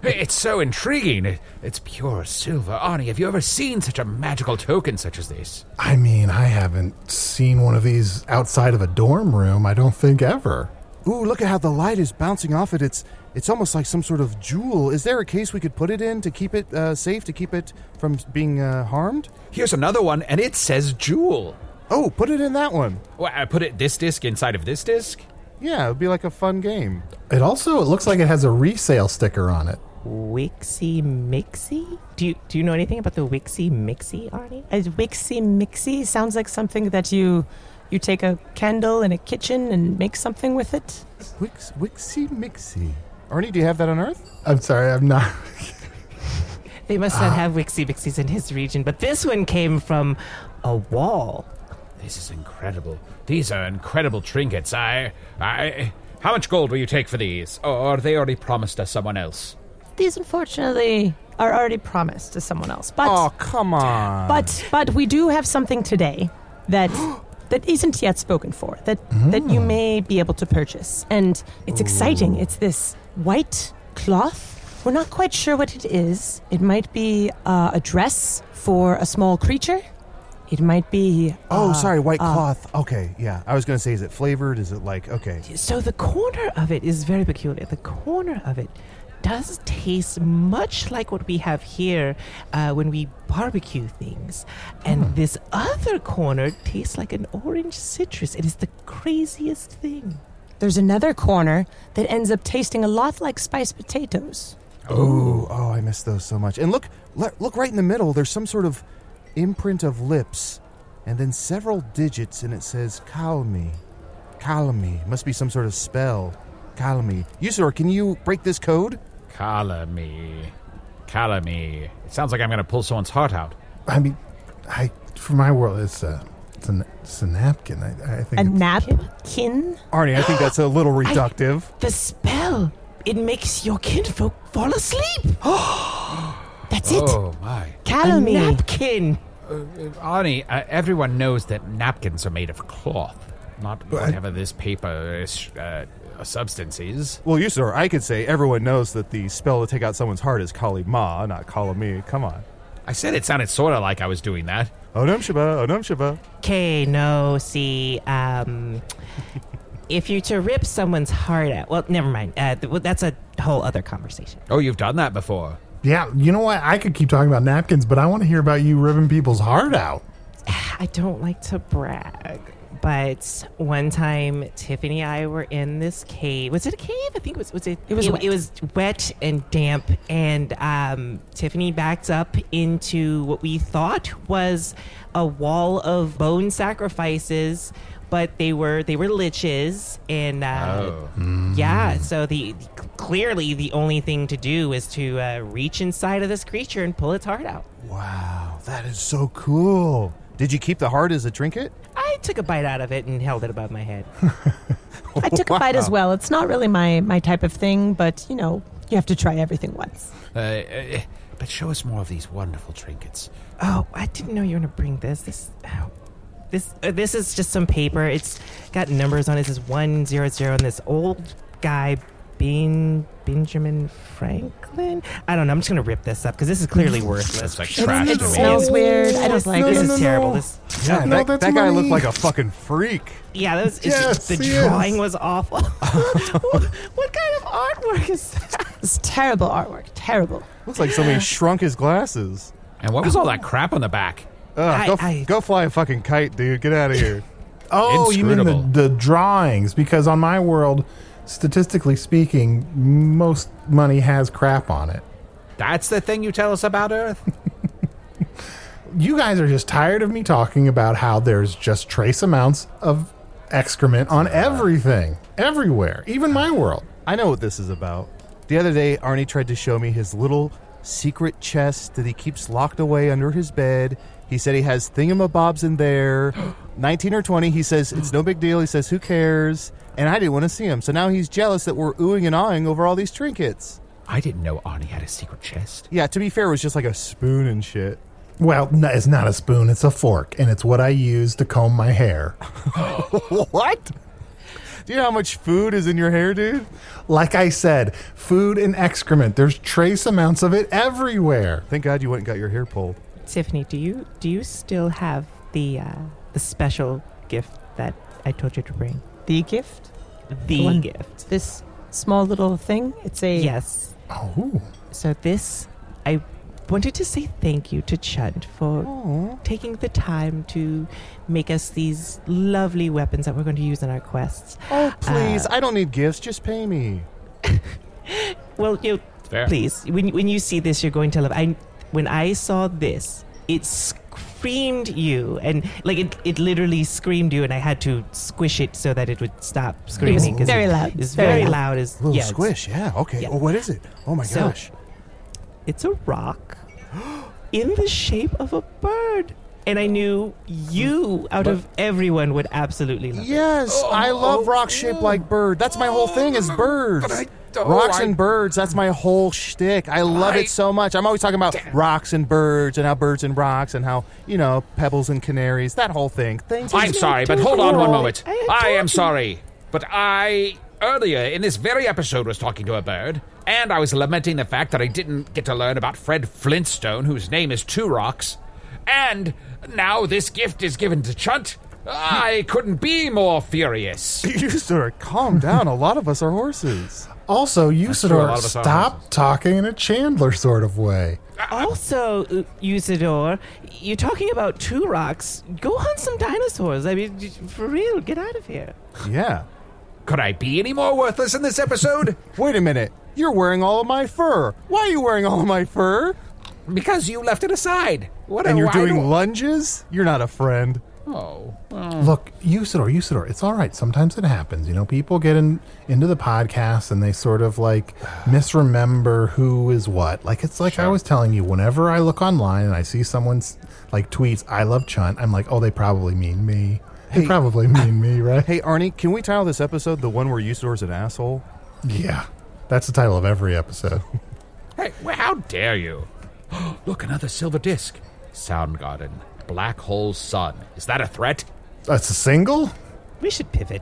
G: It's so intriguing. It- It's pure silver. Arnie, have you ever seen such a magical token such as this?
B: I mean, I haven't seen one of these outside of a dorm room, I don't think ever.
C: Ooh, look at how the light is bouncing off it. It's it's almost like some sort of jewel. Is there a case we could put it in to keep it uh, safe, to keep it from being uh, harmed?
G: Here's another one, and it says Jewel.
C: Oh, put it in that one.
G: Well, I uh, put it this disc inside of this disc?
C: Yeah, it would be like a fun game.
B: It also it looks like it has a resale sticker on it.
F: Wixie Mixie? Do you do you know anything about the Wixie Mixie, Arnie?
E: A wixy mixy sounds like something that you you take a candle in a kitchen and make something with it.
C: Wix, wixie mixie. Arnie, do you have that on Earth?
B: I'm sorry, I'm not.
F: They must
C: Uh.
F: not have Wixie Mixies in his region, but this one came from a wall.
G: This is incredible. These are incredible trinkets. I. I. How much gold will you take for these? Or they already promised us someone else?
E: These, unfortunately, are already promised to someone else. But
C: oh, come on.
E: but but we do have something today that that isn't yet spoken for that that
C: Mm.
E: you may be able to purchase, and it's exciting. It's this white cloth. We're not quite sure what it is. It might be uh, a dress for a small creature. It might be.
C: Oh,
E: uh,
C: sorry, white
E: uh,
C: cloth. Okay, yeah. I was going to say, is it flavored? Is it like, okay.
F: So the corner of it is very peculiar. The corner of it does taste much like what we have here uh, when we barbecue things. And
G: Hmm.
F: this other corner tastes like an orange citrus. It is the craziest thing.
E: There's another corner that ends up tasting a lot like spiced potatoes.
C: Oh, oh, I miss those so much. And look, le- look right in the middle. There's some sort of imprint of lips, and then several digits, and it says "calmi, calmi." Must be some sort of spell. Calmi. Usador, can you break this code?
G: Color me. Color me. It sounds like I'm going to pull someone's heart out.
B: I mean, I for my world, it's a it's a, it's a napkin. I, I think
E: A
B: it's-
E: napkin?
C: Arnie, I think that's a little reductive.
F: The spell. it makes your kinfolk fall asleep. That's it.
G: Oh, my.
F: A napkin.
G: Arnie, uh, everyone knows that napkins are made of cloth, not whatever this paper is, uh, substance is.
C: Well, you sir, I could say everyone knows that the spell to take out someone's heart is Kali Ma, not Kali Me. Come on.
G: I said it sounded sort of like I was doing that.
C: Onam Shaba, Onam Shaba.
F: Okay, no, see, um, if you to rip someone's heart out, well, never mind. Uh, th- well, that's a whole other conversation.
G: Oh, you've done that before.
B: Yeah, you know what? I could keep talking about napkins, but I want to hear about you ripping people's heart out.
F: I don't like to brag, but one time Tiffany and I were in this cave. Was it a cave? I think it was. Was it?
E: It was wet.
F: It, was wet and damp, and um, Tiffany backed up into what we thought was a wall of bone sacrifices, but they were they were liches, and uh,
G: Oh.
F: yeah. So the clearly the only thing to do is to uh, reach inside of this creature and pull its heart out.
C: Wow, that is so cool. Did you keep the heart as a trinket?
F: I took a bite out of it and held it above my head.
E: I took a bite as well. It's not really my my type of thing, but you know, you have to try everything once.
G: Uh, uh, but show us more of these wonderful trinkets.
F: Oh, I didn't know you were gonna bring this. This, ow. this, uh, this is just some paper. It's got numbers on it. This is one zero zero, and this old guy, Bean Benjamin Franklin. I don't know. I'm just gonna rip this up because this is clearly worthless.
G: That's like trash
E: it
G: to me.
E: smells weird. I don't like
B: no,
E: it.
F: this.
B: no,
F: is
B: no,
F: terrible.
B: no.
F: This,
C: Yeah,
B: no,
C: that,
B: that's
C: that guy
B: mine.
C: looked like a fucking freak.
F: yeah, that was, it's just, the
B: Yes, yes.
F: drawing was awful. what, what kind of artwork is that?
E: It's terrible artwork. Terrible.
C: Looks like somebody shrunk his glasses.
G: And what was all that crap on the back?
C: Ugh,
F: I-
C: go,
F: I-
C: go fly a fucking kite, dude. Get out of here.
B: Oh, you mean the,
G: Inscrutable.
B: the drawings? Because on my world, statistically speaking, most money has crap on it.
G: That's the thing you tell us about Earth?
B: You guys are just tired of me talking about how there's just trace amounts of excrement on everything, everywhere, even my world.
C: I know what this is about. The other day, Arnie tried to show me his little secret chest that he keeps locked away under his bed. He said he has thingamabobs in there, 19 or 20. He says, it's no big deal. He says, who cares? And I didn't want to see him. So now he's jealous that we're oohing and awing over all these trinkets.
G: I didn't know Arnie had a secret chest.
C: Yeah, to be fair, it was just like a spoon and shit.
B: Well, no, it's not a spoon, it's a fork, and it's what I use to comb my hair.
C: what? Do you know how much food is in your hair, dude?
B: Like I said, food and excrement, there's trace amounts of it everywhere.
C: Thank God you went and got your hair pulled.
F: Tiffany, do you do you still have the uh, the special gift that I told you to bring?
E: The gift.
F: The
E: one-
F: gift.
E: This small little thing. It's a
F: Yes.
B: Oh,
F: So this, I wanted to say thank you to Chud for taking the time to make us these lovely weapons that we're going to use in our quests.
G: Uh,
C: Oh, please. I don't need gifts. Just pay me.
F: Well, you
G: Fair.
F: please when when you see this, you're going to love. I when I saw this, it screamed you and like it, it literally screamed you and i had to squish it so that it would stop screaming 'cause
E: very
F: it-
E: loud.
F: it's
E: Very
F: very
E: loud.
F: loud as
C: Little
F: yeah, it's-
C: squish. Yeah. Okay.
F: Yeah.
C: Oh, what is it? Oh, my
F: So-
C: gosh.
F: it's a rock in the shape of a bird. And I knew you, out of everyone, would absolutely love it.
C: Yes,
G: Oh,
C: I love rock shaped like bird. That's my whole thing is birds.
G: I don't-
C: rocks
G: I-
C: and birds. That's my whole shtick. I love
G: I-
C: it so much. I'm always talking about rocks and birds and how birds and rocks and how you know pebbles and canaries. That whole thing. Thanks.
G: I'm sorry, but hold on one moment.
F: I-
G: I am sorry, but I earlier in this very episode was talking to a bird, and I was lamenting the fact that I didn't get to learn about Fred Flintstone, whose name is Two Rocks, and now this gift is given to Chunt. I couldn't be more furious.
C: You sir, calm down. A lot of us are horses.
B: Also, you
G: true, a
B: Usador,
G: lot of us are
B: stop
G: horses.
B: talking in a Chandler sort of way.
F: Also, U- Usador, you're talking about two rocks. Go hunt some dinosaurs. I mean, j- for real, get out of here.
C: Yeah.
G: Could I be any more worthless in this episode?
C: Wait a minute. You're wearing all of my fur. Why are you wearing all of my fur?
G: because you left it aside. What
C: And
G: do
C: you're
G: I
C: doing
G: know?
C: lunges? You're not a friend.
G: Oh, well,
C: Mm.
B: Look, Usador, Usador, it's all right. Sometimes it happens. You know, people get in, into the podcast and they sort of like misremember who is what. Like, it's like I was telling you, whenever I look online and I see someone's like tweets, I love Chunt, I'm like, oh, they probably mean me. They probably mean me, right?
C: Hey, Arnie, can we title this episode the one where Usador's an asshole?
B: Yeah. That's the title of every episode.
G: Hey, well, how dare you? Look, another silver disc. Soundgarden, Black Hole Sun. Is that a threat?
B: That's a single?
F: We should pivot.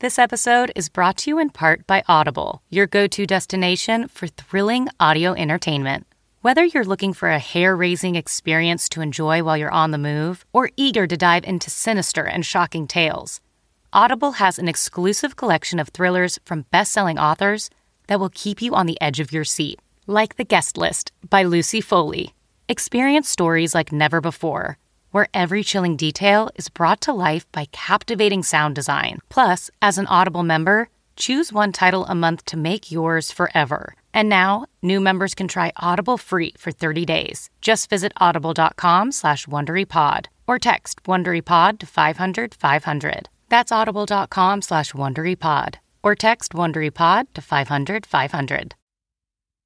I: This episode is brought to you in part by Audible, your go to destination for thrilling audio entertainment. Whether you're looking for a hair raising experience to enjoy while you're on the move or eager to dive into sinister and shocking tales, Audible has an exclusive collection of thrillers from best selling authors that will keep you on the edge of your seat, like The Guest List by Lucy Foley. Experience stories like never before where every chilling detail is brought to life by captivating sound design. Plus, as an Audible member, choose one title a month to make yours forever. And now, new members can try Audible free for 30 days. Just visit audible.com slash WonderyPod or text WonderyPod to 500 500. That's audible.com slash WonderyPod or text WonderyPod to 500 500.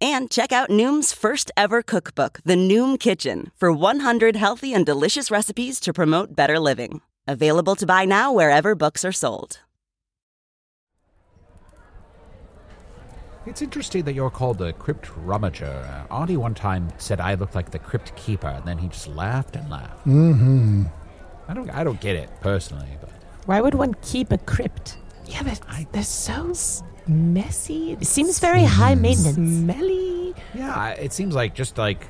J: And check out Noom's first ever cookbook, The Noom Kitchen, for 100 healthy and delicious recipes to promote better living. Available to buy now wherever books are sold.
D: It's interesting that you're called the Crypt Rummager. Uh, Artie one time said I looked like the Crypt Keeper, and then he just laughed and laughed.
B: Mm-hmm.
D: I don't, I don't get it personally, but
E: Why would one keep a crypt?
F: Yeah, but they're so s- messy. It
E: seems very
C: mm-hmm.
E: high maintenance.
F: Smelly.
D: yeah, I- it seems like just like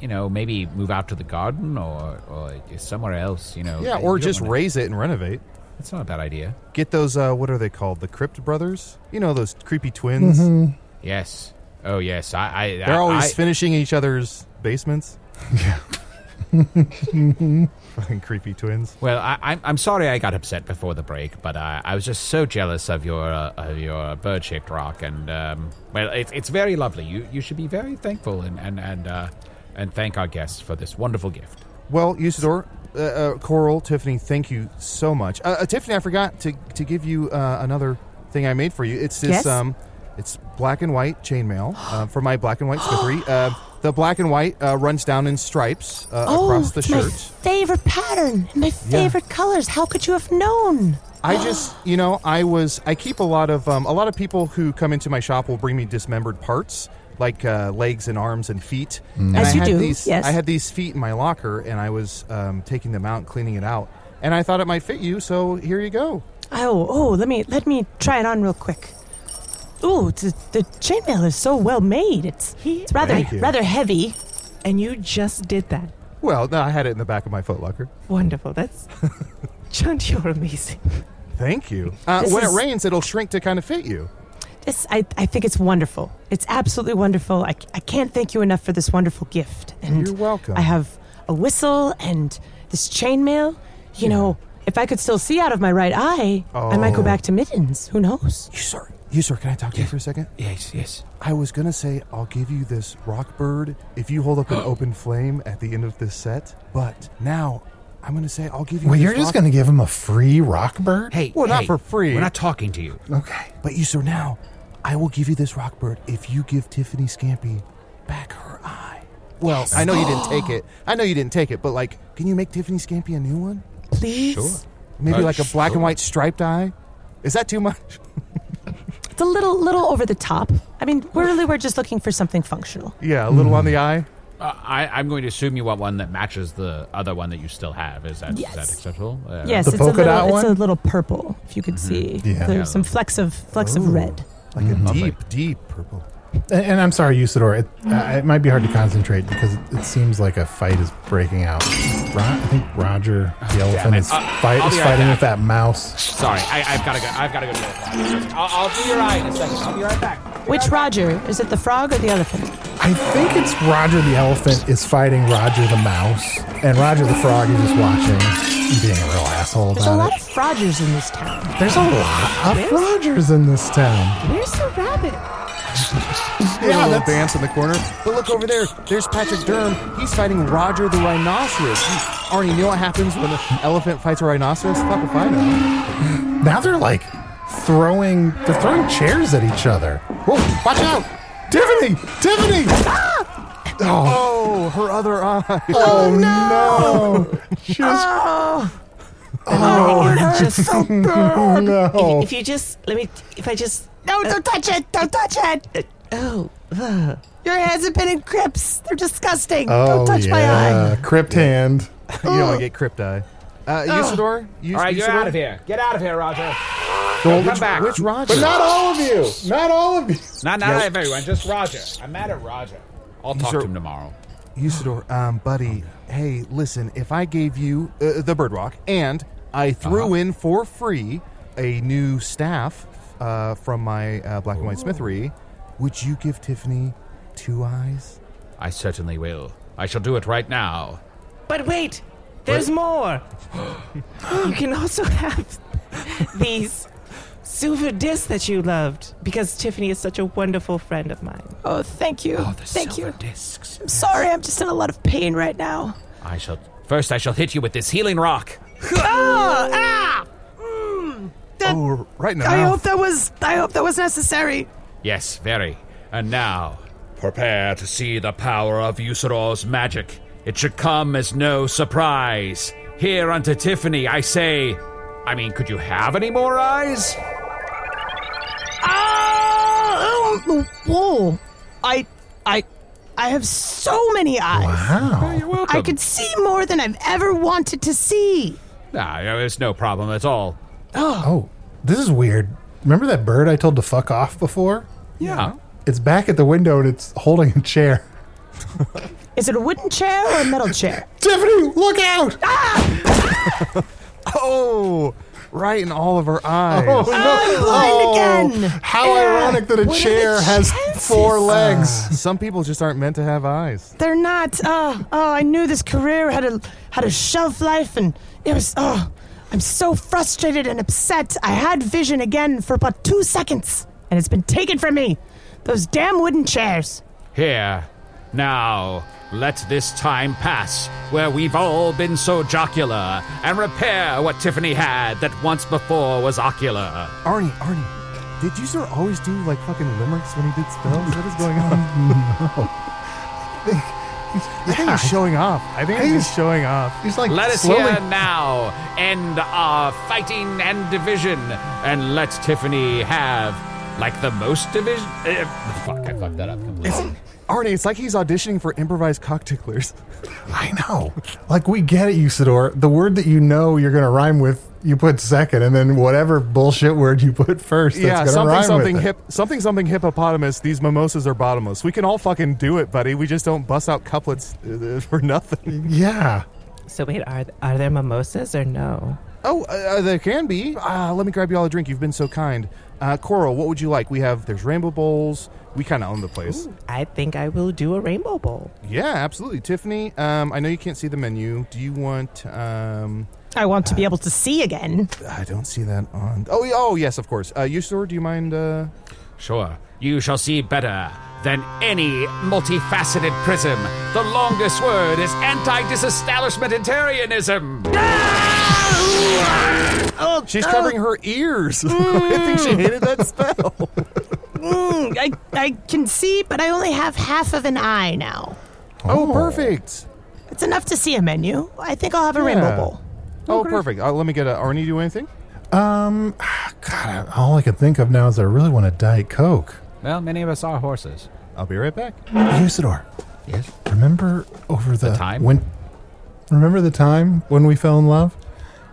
D: you know maybe move out to the garden or or somewhere else. You know,
C: Yeah,
D: You
C: or
D: don't
C: just
D: wanna-
C: raise it and renovate.
D: That's not a bad idea.
C: Get those, uh, what are they called? The Crypt Brothers? You know, those creepy twins?
E: Mm-hmm.
B: Mhm.
D: Yes. Oh yes. I. I
C: They're
D: I,
C: always
D: I-
C: finishing each other's basements. Fucking creepy twins.
D: Well, I, I'm, I'm sorry I got upset before the break, but I, I was just so jealous of your uh, of your bird shaped rock, and um, well, it, it's very lovely. You you should be very thankful and and and uh, and thank our guests for this wonderful gift.
C: Well, Usador, uh, uh, Coral, Tiffany, thank you so much. Uh, uh, Tiffany, I forgot to, to give you uh, another thing I made for you. It's this,
K: Yes?
C: um, it's black and white chainmail uh, for my black and white skippery. Uh, the black and white uh, runs down in stripes uh,
E: oh,
C: across the
E: it's
C: shirt.
E: my favorite pattern. My favorite colors. How could you have known?
C: I just, you know, I was, I keep a lot of, um, a lot of people who come into my shop will bring me dismembered parts, like uh, legs and arms and feet. And
K: As
C: I
K: you
C: had
K: do,
C: these,
K: yes.
C: I had these feet in my locker, and I was um, taking them out and cleaning it out, and I thought it might fit you, so here you go.
E: Oh, oh, let me let me try it on real quick. Ooh, the, the chainmail is
F: Oh,
E: so well made. It's it's rather
C: Thank you.
E: rather heavy.
F: And you just did that.
C: Well, no, I had it in the back of my foot locker.
F: Wonderful. That's. John, you're amazing.
C: Thank you. Uh,
E: This
C: when
E: is-
C: it rains, it'll shrink to kind of fit you.
E: This I, I think it's wonderful. It's absolutely wonderful. I, I can't thank you enough for this wonderful gift. And
C: You're welcome.
E: I have a whistle and this chainmail. You know, if I could still see out of my right eye, I might go
C: Oh.
E: back to mittens. Who knows?
C: You sir, you sir, can I talk to you for a second?
D: Yes, yes.
C: I was gonna say I'll give you this rock bird if you hold up an open flame at the end of this set, but now I'm gonna say I'll give you.
B: Well,
C: this
B: you're just
C: rock-
B: going to give him a free rock bird?
D: Hey,
C: well, not
D: hey,
C: for free.
D: We're not talking to you.
B: Okay.
C: But you sir, now I will give you this rock bird if you give Tiffany Scampy back her eye. Well, I know you didn't take it. I know you didn't take it, but like, can you make Tiffany Scampy a new one?
E: Please.
C: Maybe
E: Uh,
C: like a black
E: sure.
C: and white striped eye. Is that too much?
E: It's a little little over the top. I mean, we're really we're just looking for something functional.
C: Yeah, a little on the eye.
D: Uh, I, I'm going to assume you want one that matches the other one that you still have. Is that is
E: Yes.
D: that acceptable? Uh,
E: Yes, it's a little it's a little purple, if you could
C: Mm-hmm.
E: see.
B: Yeah.
E: There's
B: Yeah.
E: some flecks of flecks of red.
C: Like a
B: Mm-hmm. Lovely.
C: deep, deep purple.
B: And, and I'm sorry, Usador. It, uh, it might be hard to concentrate because it, it seems like a fight is breaking out. Ro- I think Roger
C: Ah,
B: the elephant
D: it.
B: is,
D: Uh,
B: fight,
D: I'll
B: is
D: be right
B: fighting
D: back.
B: with that mouse.
D: Sorry, I, I've got to go. I've got to go. I'll, I'll do your eye in a second. I'll be right back.
E: Which Roger? Is it the frog or the elephant?
B: I think it's Roger the elephant is fighting Roger the mouse, and Roger the frog is just watching, and being a real asshole
E: There's a
B: about
E: lot
B: it.
E: of Rogers in this town.
B: There's a lot of Rogers in this town.
F: Where's the rabbit?
C: Yeah, a little
B: that's-
C: dance in the corner. But look over there. There's Patrick Durham. He's fighting Roger the rhinoceros. Arnie, you know what happens when an elephant fights a rhinoceros? Fuck if I know.
B: Now they're like throwing, they're throwing chairs at each other. Whoa, watch out! Tiffany! Tiffany! Ah!
C: Oh, her other eye.
B: Oh, no! She was-
F: Oh, it
B: no.
F: hurts so
B: Oh,
F: bad.
B: no.
F: If, if you just let me, if I just no, don't touch it, don't touch it. oh, ugh.
E: Your hands have been in grips. They're disgusting.
B: Oh,
E: Don't touch my eye.
B: yeah. Crypt hand.
C: You don't want to get crypt eye. Uh, Usador?
E: Oh.
L: All right, you're
C: Usador?
L: out of here. Get out of here, Roger.
C: Well,
L: come
C: which-
L: back.
C: which Roger? But not
B: all of you. Not all of you.
L: Not, not
C: Nope.
L: everyone. Just Roger. I'm mad at Roger. I'll talk
C: sure-
L: to him tomorrow.
C: Usador, um, buddy,
B: Oh,
C: hey, listen, if I gave you uh, the bird rock and I threw
B: Uh-huh.
C: in for free a new staff uh, from my uh, black and white smithery, would you give Tiffany two eyes?
D: I certainly will. I shall do it right now.
F: But wait, there's more. you can also have these silver discs that you loved because Tiffany is such a wonderful friend of mine.
E: Oh, thank you.
F: Oh, the
E: thank you.
F: silver
D: Discs.
E: I'm sorry. I'm just in a lot of pain right now.
D: I shall. First, I shall hit you with this healing rock.
E: Ah! ah! Mm. That-
C: Oh, right in the
E: I
D: mouth.
E: hope that was. I hope that was necessary.
D: Yes, very. And now, prepare to see the power of Usador's magic. It should come as no surprise. Here unto Tiffany, I say. I mean, could you have any more eyes?
E: Oh, whoa! I, I, I have so many eyes. Wow!
D: You're welcome.
E: I could see more than I've ever wanted to see.
D: Nah, no, it's no problem at all.
B: Oh, this is weird. Remember that bird I told to fuck off before?
D: Yeah.
B: It's back at the window and it's holding a chair.
E: Is it a wooden chair or a metal chair? Ah!
B: Tiffany, look out!
C: Oh, right in all of her eyes.
B: Oh, no. Oh,
E: I'm blind again.
B: How ironic that a
E: What are the
B: chair has four
E: chances?
B: legs.
C: Uh, Some people just aren't meant to have eyes.
E: They're not. Oh, oh! I knew this career had a had a shelf life, and it was. Oh, I'm so frustrated and upset. I had vision again for about two seconds, and it's been taken from me. Those damn wooden chairs.
D: Here, now, let this time pass where we've all been so jocular and repair what Tiffany had that once before was ocular.
C: Arnie, Arnie, did Usador always do like fucking limericks when he did spells? What is going on? I think he's showing off. I think he's, just showing off.
B: He's
D: let us here now end our fighting and division, and let Tiffany have like the most division. eh, fuck, I fucked that up completely.
C: Arnie, it's like he's auditioning for improvised cock ticklers.
B: I know. Like, we get it, Usador. The word that you know you're going to rhyme with, you put second, and then whatever bullshit word you put first, that's
C: yeah,
B: going to
C: something
B: rhyme
C: something
B: with it.
C: hip something something hippopotamus. These mimosas are bottomless. We can all fucking do it, buddy. We just don't bust out couplets uh, uh, for nothing.
B: Yeah.
F: So wait, are are there mimosas or no?
C: Oh, uh, uh, there can be. Uh, let me grab you all a drink. You've been so kind. Uh, Coral, what would you like? We have there's rainbow bowls. We kind of own the place.
F: I think I will do a rainbow bowl.
C: Yeah, absolutely. Tiffany, um, I know you can't see the menu. Do you want? Um,
E: I want to be able to see again.
C: I don't see that on. Oh, yeah, oh yes, of course. Uh, Usador, do you mind? Uh,
D: Sure, you shall see better than any multifaceted prism. The longest word is anti-disestablishmentarianism.
E: Oh,
C: she's covering her ears. I
F: Hmm.
C: think she hated that spell.
E: Mm, I, I can see, but I only have half of an eye now.
C: Oh, perfect.
E: It's enough to see a menu. I think I'll have a
C: Yeah.
E: rainbow bowl.
C: Oh, perfect. Uh, let me get a Arnie. Do anything?
B: Um, God, all I can think of now is I really want a Diet Coke.
D: Well, many of us are horses.
C: I'll be right back.
B: Usador.
D: Yes.
B: Remember over the,
D: time?
B: when Remember the time when we fell in love?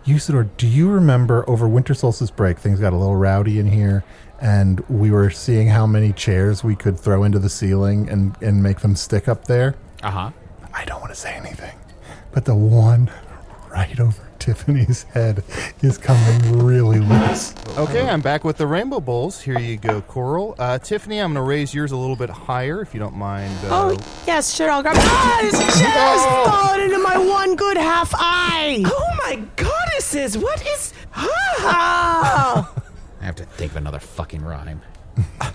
B: Usador, do you remember over winter solstice break things got a little rowdy in here and we were seeing how many chairs we could throw into the ceiling and, and make them stick up there?
G: Uh-huh.
D: Uh huh.
B: I don't want to say anything. But the one right over Tiffany's head is coming really loose.
C: Okay, I'm back with the Rainbow Bowls. Here you go, Coral. Uh, Tiffany, I'm going to raise yours a little bit higher if you don't mind. Uh,
E: Oh, yes, sure, I'll grab Ah, this shit has fallen into my one good half eye.
F: Oh my goddesses, what is. Ah!
G: I have to think of another fucking rhyme.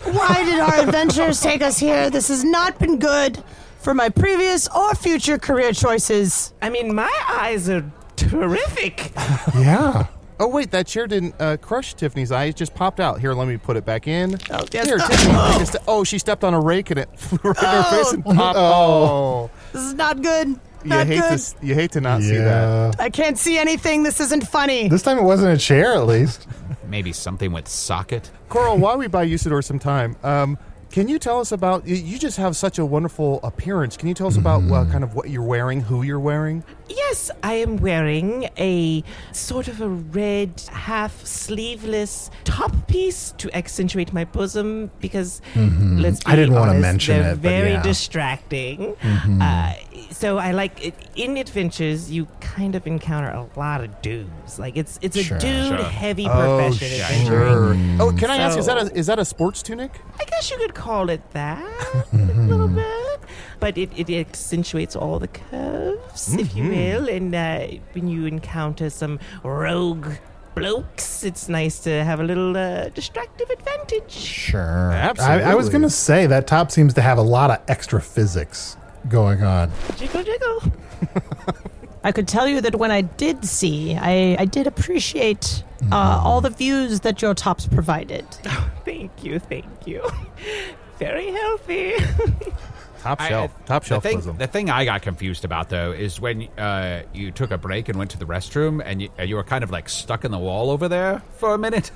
E: Why did our adventures take us here? This has not been good for my previous or future career choices.
F: I mean, my eyes are terrific.
B: yeah.
C: Oh, wait, that chair didn't uh, crush Tiffany's eye. It just popped out. Here, let me put it back in. Oh,
F: yes.
C: Here,
F: Oh.
C: Tiffany. take a ste- oh, she stepped on a rake and it flew right in her face and popped. Oh.
E: This is not good.
C: You
E: Not
C: hate
E: good.
C: this. You hate to not see that.
E: I can't see anything. This isn't funny.
B: This time it wasn't a chair, at least.
G: Maybe something with socket.
C: Coral, while we buy Usador some time, um, can you tell us about? You, you just have such a wonderful appearance. Can you tell us about uh, kind of what you're wearing, who you're wearing?
F: Yes, I am wearing a sort of a red, half sleeveless top piece to accentuate my bosom because
B: Mhm.
F: let's be
B: I didn't wanna
F: honest,
B: mention
F: they're
B: it, but
F: very
B: yeah.
F: distracting.
B: Mhm.
F: Uh, so I like it. in adventures you kind of encounter a lot of dudes. Like it's it's a
C: Sure.
F: dude
C: Sure.
F: heavy
C: Oh,
F: profession.
C: sure.
F: adventuring.
C: Oh, can I ask? Is
F: So-
C: that a is that a sports tunic?
F: I guess you could call it that a little bit, but it, it accentuates all the curves, if you
C: Mhm.
F: will. And uh, when you encounter some rogue blokes, it's nice to have a little uh, distractive advantage.
B: Sure. I, I was
F: Absolutely.
B: going to say that top seems to have a lot of extra physics going on.
F: Jiggle, jiggle.
E: I could tell you that when I did see, I, I did appreciate uh, all the views that your tops provided.
F: Thank you, thank you. Very healthy.
C: Top
G: I-
C: shelf. Top
G: the
C: shelf
G: thing,
C: bosom.
G: the thing I got confused about though is when uh, you took a break and went to the restroom, and you, uh, you were kind of like stuck in the wall over there for a minute.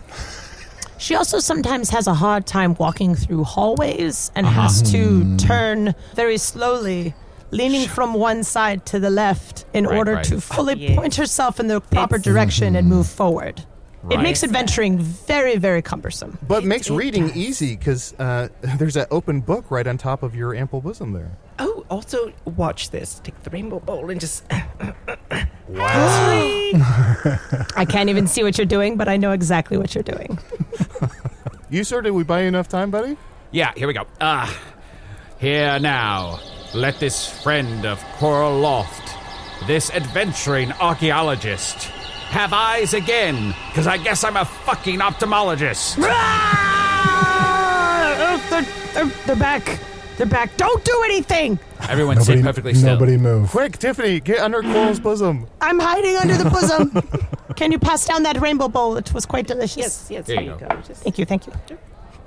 E: She also sometimes has a hard time walking through hallways and has to turn very slowly, leaning from one side to the left in
F: Right,
E: order
F: right.
E: to fully
F: Yes.
E: point herself in the proper direction and move forward. It
C: Right.
E: makes adventuring very, very cumbersome.
C: But makes reading easy because uh, there's that open book right on top of your ample bosom there.
F: Oh, also watch this. Take the rainbow bowl and just.
E: I can't even see what you're doing, but I know exactly what you're doing.
C: You sir, did we buy you enough time, buddy?
G: Yeah, here we go. Ah, here now. Let this friend of Coral Loft, this adventuring archaeologist, have eyes again, because I guess I'm a fucking ophthalmologist.
E: Ah, oh, they're, they're, they're back. They're back. Don't do anything.
G: Everyone sit perfectly still.
B: Nobody move.
C: Quick, Tiffany, get under Coral's bosom.
E: I'm hiding under the bosom. Can you pass down that rainbow bowl? It was quite delicious.
F: Yes, yes,
G: There you here you go. go.
E: Thank you, thank you.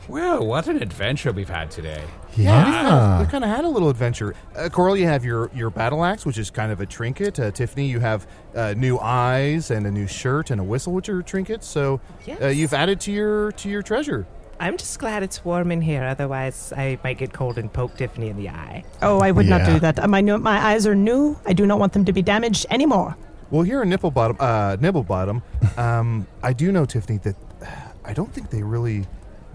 G: Well, what an adventure we've had today.
C: Yeah, we've kind of, we've kind of had a little adventure. Uh, Coral, you have your, your battle axe, which is kind of a trinket. Uh, Tiffany, you have uh, new eyes and a new shirt and a whistle, which are trinkets. So uh,
F: Yes.
C: you've added to your to your treasure.
F: I'm just glad it's warm in here. Otherwise, I might get cold and poke Tiffany in the eye.
E: Oh, I would not
C: Yeah.
E: do that. My, new- my eyes are new. I do not want them to be damaged anymore.
C: Well, here in Nipple Bottom, uh, Nibble Bottom, um, I do know Tiffany that uh, I don't think they really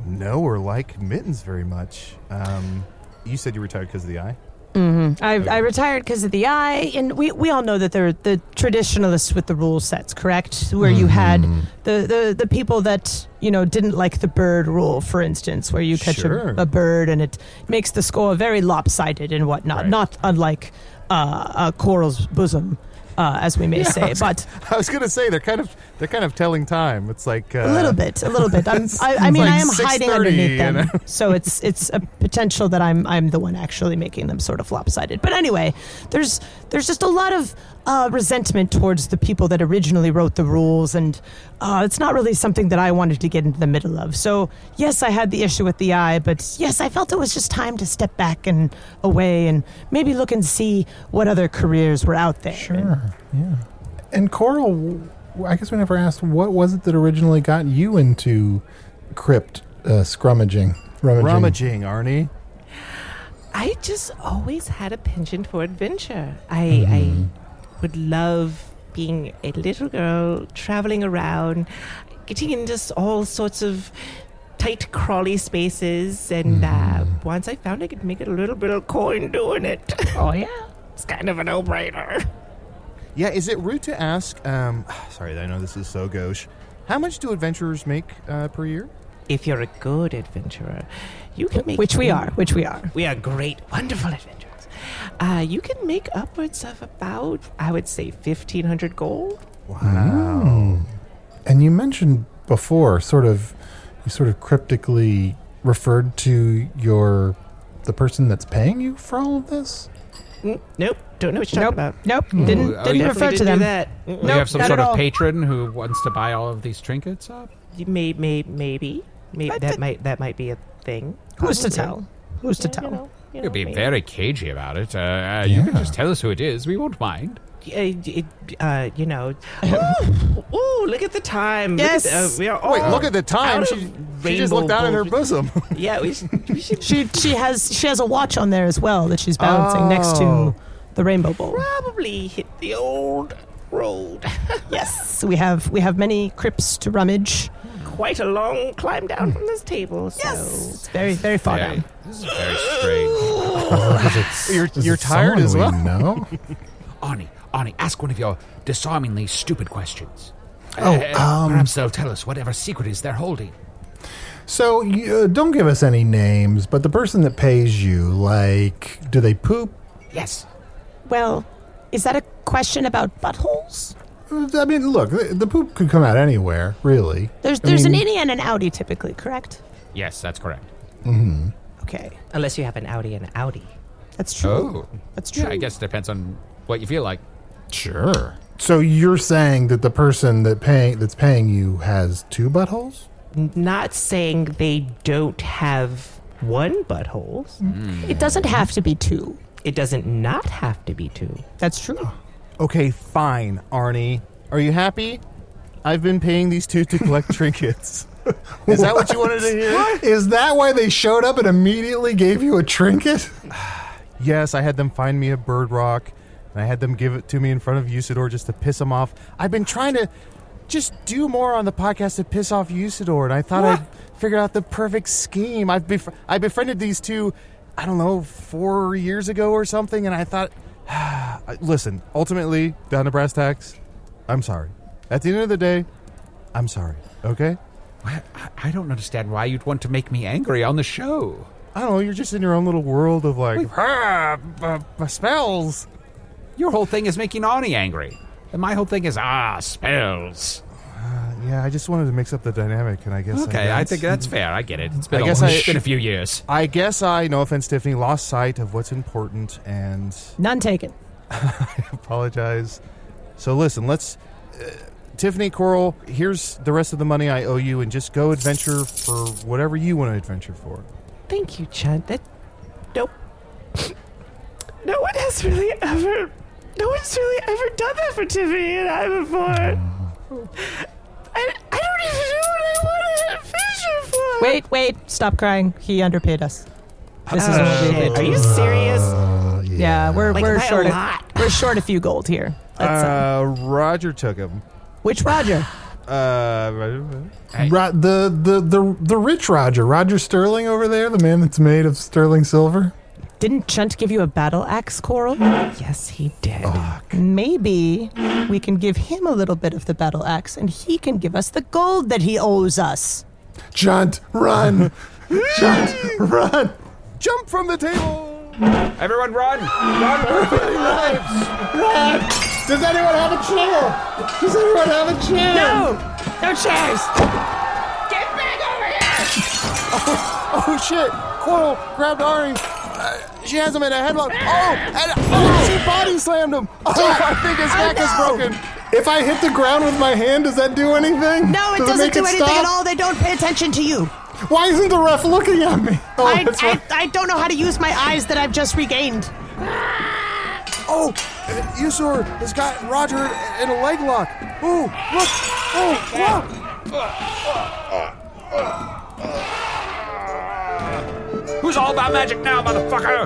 C: know or like mittens very much. Um, you said you retired because of the eye.
E: Mm-hmm. I, I retired because of the eye, and we, we all know that they're the traditionalists with the rule sets, correct? Where you had the, the, the people that you know didn't like the bird rule, for instance, where you catch
F: Sure.
E: a, a bird and it makes the score very lopsided and whatnot, not unlike uh, uh, Coral's bosom, uh, as we may
C: Yeah, I
E: say,
C: was-
E: but.
C: I was gonna say they're kind of they're kind of telling time. It's like uh,
E: A little bit, a little bit. I'm, I, I
C: It's
E: mean,
C: like
E: I am hiding
C: 6:30,
E: underneath them,
C: you know?
E: so it's it's a potential that I'm I'm the one actually making them sort of lopsided. But anyway, there's there's just a lot of uh, resentment towards the people that originally wrote the rules, and uh, it's not really something that I wanted to get into the middle of. So yes, I had the issue with the eye, but yes, I felt it was just time to step back and away, and maybe look and see what other careers were out there.
B: Sure. Yeah. And Coral, w- I guess we never asked what was it that originally got you into crypt uh, scrummaging, rummaging.
C: rummaging, Arnie.
F: I just always had a penchant for adventure. I,
B: Mhm.
F: I
E: Mm-hmm.
F: would love being a little girl traveling around, getting into s- all sorts of tight, crawly spaces. And uh,
E: Mm-hmm.
F: once I found I could make a little bit of coin doing it,
E: Oh, yeah.
F: it's kind of a no brainer.
C: Yeah, is it rude to ask? Um, sorry, I know this is so gauche. How much do adventurers make uh, per year?
F: If you're a good adventurer, you can make
E: Which we are, which we are.
F: We are great, wonderful adventurers. Uh, you can make upwards of about, I would say, fifteen hundred gold.
B: Wow. Mm. And you mentioned before, sort of, you sort of cryptically referred to your the person that's paying you for all of this.
F: Mm, Nope, don't know what you're
E: Nope.
F: talking about.
E: Nope,
C: Mm.
B: Hmm.
E: didn't
B: Oh,
E: didn't
B: you-
E: refer
B: Definitely
E: to them.
B: didn't do
F: that.
E: Nope,
G: you have some
E: not
G: sort
E: at
G: of
E: all.
G: patron who wants to buy all of these trinkets up?
F: Maybe, may, maybe, maybe that might that might be a thing.
E: Who's to
F: Possibly.
E: tell? Who's to tell?
F: You
G: You'll
F: know,
G: be
F: maybe.
G: very cagey about it. Uh, uh, You can just tell us who it is. We won't mind.
F: Yeah, it- uh, you know. Ooh, look at the time. Look
C: Yes.
F: at- uh, we are all
C: Wait, look at the time.
F: out
C: She-
F: of
C: she just
F: rainbow
C: looked down in her
F: bulges.
C: bosom.
F: yeah, we, should- we should
E: She she has she has a watch on there as well that she's balancing next
F: Oh.
E: to the rainbow bowl.
F: probably hit the old road.
E: Yes, we have we have many crypts to rummage.
F: Quite a long climb down from this table. So.
E: Yes. Very very far
G: Very-
E: down.
G: This is very strange.
B: You're,
G: you're tired as well?
B: No.
G: Arnie, Arnie, ask one of your disarmingly stupid questions. Uh,
B: Oh, um,
G: perhaps they'll tell us whatever secret is they're holding.
B: So you, uh, don't give us any names, but the person that pays you, like, do they poop?
G: Yes.
E: Well, is that a question about buttholes?
B: Uh, I mean, look, the, the poop could come out anywhere, really.
E: There's
B: I
E: there's
B: mean-
E: an innie and an outie typically, correct?
G: Yes, that's correct.
B: Mhm.
E: Okay,
F: Unless you have an Audi and Audi.
E: that's true.
G: Oh.
E: That's true.
G: Yeah, I guess it depends on what you feel like.
B: Sure. So you're saying that the person that paying that's paying you has two buttholes?
F: Not saying they don't have one buttholes.
E: It doesn't have to be two.
F: It doesn't not have to be two.
E: That's true.
C: Okay, fine, Arnie. Are you happy? I've been paying these two to collect trinkets. Is that what you wanted to hear?
B: Is that why they showed up and immediately gave you a trinket?
C: Yes, I had them find me a bird rock, and I had them give it to me in front of Usador just to piss him off. I've been trying to just do more on the podcast to piss off Usador, and I thought I'd figured out the perfect scheme. I've bef- I befriended these two, I don't know, four years ago or something, and I thought, listen, ultimately, down to brass tacks, I'm sorry. At the end of the day, I'm sorry. Okay.
G: I, I don't understand why you'd want to make me angry on the show.
C: I don't know. You're just in your own little world of like "Ah, b- b- spells.
G: Your whole thing is making Arnie angry. And my whole thing is, ah, spells.
C: Yeah, I just wanted to mix up the dynamic, and I guess
G: Okay, I
C: that's-
G: think that's fair. I get it. It's
C: I
G: been, a,
C: guess
G: while-
C: I-
G: it's been a few years.
C: I guess I, no offense, Tiffany, lost sight of what's important, and
E: None taken.
C: apologize. So listen, let's. Uh, Tiffany Coral, here's the rest of the money I owe you, and just go adventure for whatever you want to adventure for.
F: Thank you, Chad. That nope. no one has really ever no one's really ever done that for Tiffany and I before. I, I don't even know what I want to adventure for.
E: Wait, wait, stop crying. He underpaid us. This is
F: Oh,
E: only
F: shit. Are you serious?
E: yeah. we're
F: Like,
E: we're
F: by a
E: short
F: lot.
E: A, we're short a few gold here. That's, uh,
C: Uh, Roger took him.
E: which Roger?
C: Uh, Roger-
B: Ro- the, the the the rich Roger, Roger Sterling over there, the man that's made of sterling silver.
E: Didn't Chunt give you a battle axe, Coral?
F: Yes, he did.
E: Maybe we can give him a little bit of the battle axe, and he can give us the gold that he owes us.
B: Junt, run, Junt, run,
C: jump from the table.
G: Everyone run! Run!
B: run. Does anyone have a chair? Does anyone have a chair?
E: No, no chairs.
C: Oh shit! Coral grabbed Ari. Uh, she has him in a headlock. Oh, and oh, she body slammed him. Oh, I think his neck is broken.
B: If I hit the ground with my hand, does that do anything?
E: No, it
B: Does
E: doesn't
B: make
E: do anything
B: stop?
E: at all. They don't pay attention to you.
B: Why isn't the ref looking at me? Oh,
E: I,
B: that's
E: I,
B: right.
E: I don't know how to use my eyes that I've just regained.
C: Oh, Usor has got Roger in a leg lock. Ooh, look! Oh, look!
G: Who's all about magic now, motherfucker?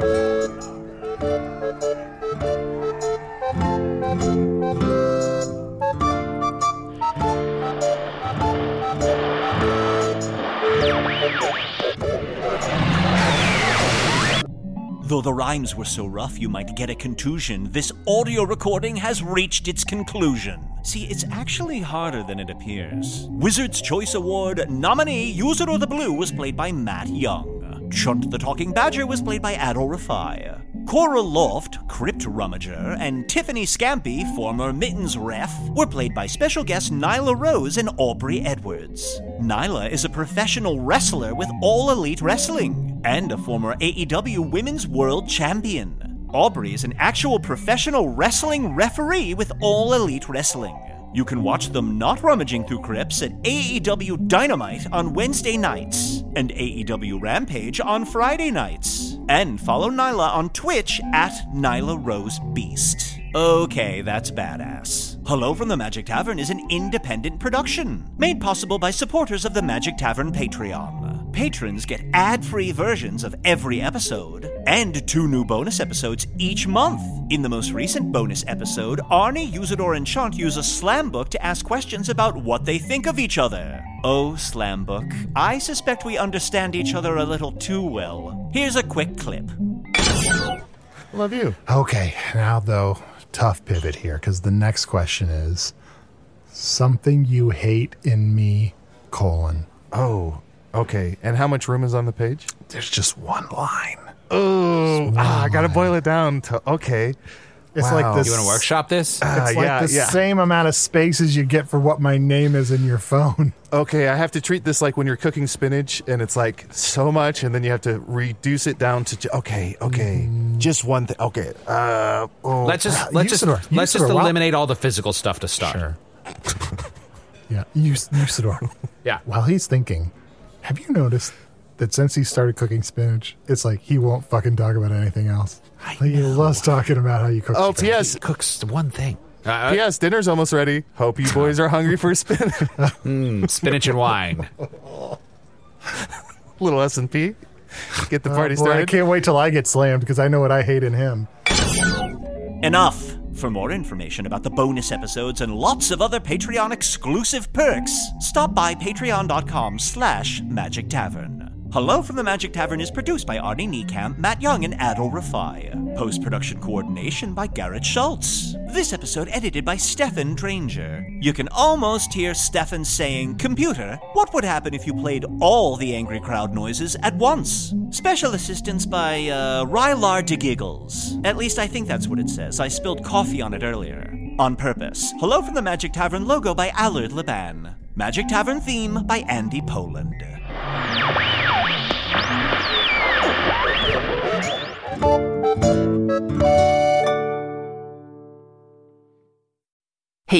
A: Though the rhymes were so rough you might get a contusion, this audio recording has reached its conclusion. See, it's actually harder than it appears. Wizard's Choice Award nominee User of the Blue was played by Matt Young. Chunt the Talking Badger was played by Adol Rafai. Cora Loft, Crypt Rummager, and Tiffany Scampy, former Mittens ref, were played by special guests Nyla Rose and Aubrey Edwards. Nyla is a professional wrestler with All Elite Wrestling and a former AEW Women's World Champion. Aubrey is an actual professional wrestling referee with All Elite Wrestling. You can watch them not rummaging through crypts at AEW Dynamite on Wednesday nights and AEW Rampage on Friday nights. And follow Nyla on Twitch at Nyla Rose Beast. Okay, that's badass. Hello from the Magic Tavern is an independent production made possible by supporters of the Magic Tavern Patreon. Patrons get ad free versions of every episode and two new bonus episodes each month. In the most recent bonus episode, Arnie, Usador, and Chant use a slam book to ask questions about what they think of each other. Oh, Slambook, I suspect we understand each other a little too well. Here's a quick clip.
B: Love you. Okay, now though, tough pivot here because the next question is something you hate in me, colon.
C: Oh, okay. And how much room is on the page?
B: There's just one line.
C: Oh, ah, I gotta boil it down to okay.
B: It's like
C: Wow.
B: this.
D: this?
C: Ah,
B: it's like
C: yeah,
B: the
C: yeah.
B: same amount of space as you get for what my name is in your phone.
C: Okay, I have to treat this like when you're cooking spinach and it's like so much, and then you have to reduce it down to ju- okay, okay,
B: Mm.
C: just one thing. Okay, uh, oh.
D: Let's just let's just
C: Usador,
D: let's just
C: Usador, wow.
D: eliminate all the physical stuff to start.
B: Yeah, Us- Usador.
D: Yeah.
B: While he's thinking, have you noticed that since he started cooking spinach, it's like he won't fucking talk about anything else. like he loves talking about how you cook.
C: Oh,
B: spinach.
C: P.S.
D: cooks the one thing.
C: P.S. Dinner's almost ready. Hope you boys are hungry for spinach.
D: Hmm, spinach and wine.
C: Little S and P. Get the
B: Oh,
C: party
B: boy, I
C: started.
B: can't wait till I get slammed because I know what I hate in him.
A: Enough! For more information about the bonus episodes and lots of other Patreon exclusive perks, stop by patreon.com slash magic tavern. Hello from the Magic Tavern is produced by Arnie Niekamp, Matt Young, and Adol Rafai. Post production coordination by Garrett Schultz. This episode edited by Stefan Dranger. You can almost hear Stefan saying, Computer, what would happen if you played all the angry crowd noises at once? Special assistance by uh, Rylar de Giggles. At least I think that's what it says. I spilled coffee on it earlier. On purpose. Hello from the Magic Tavern logo by Allard Leban. Magic Tavern theme by Andy Poland.
K: Hey,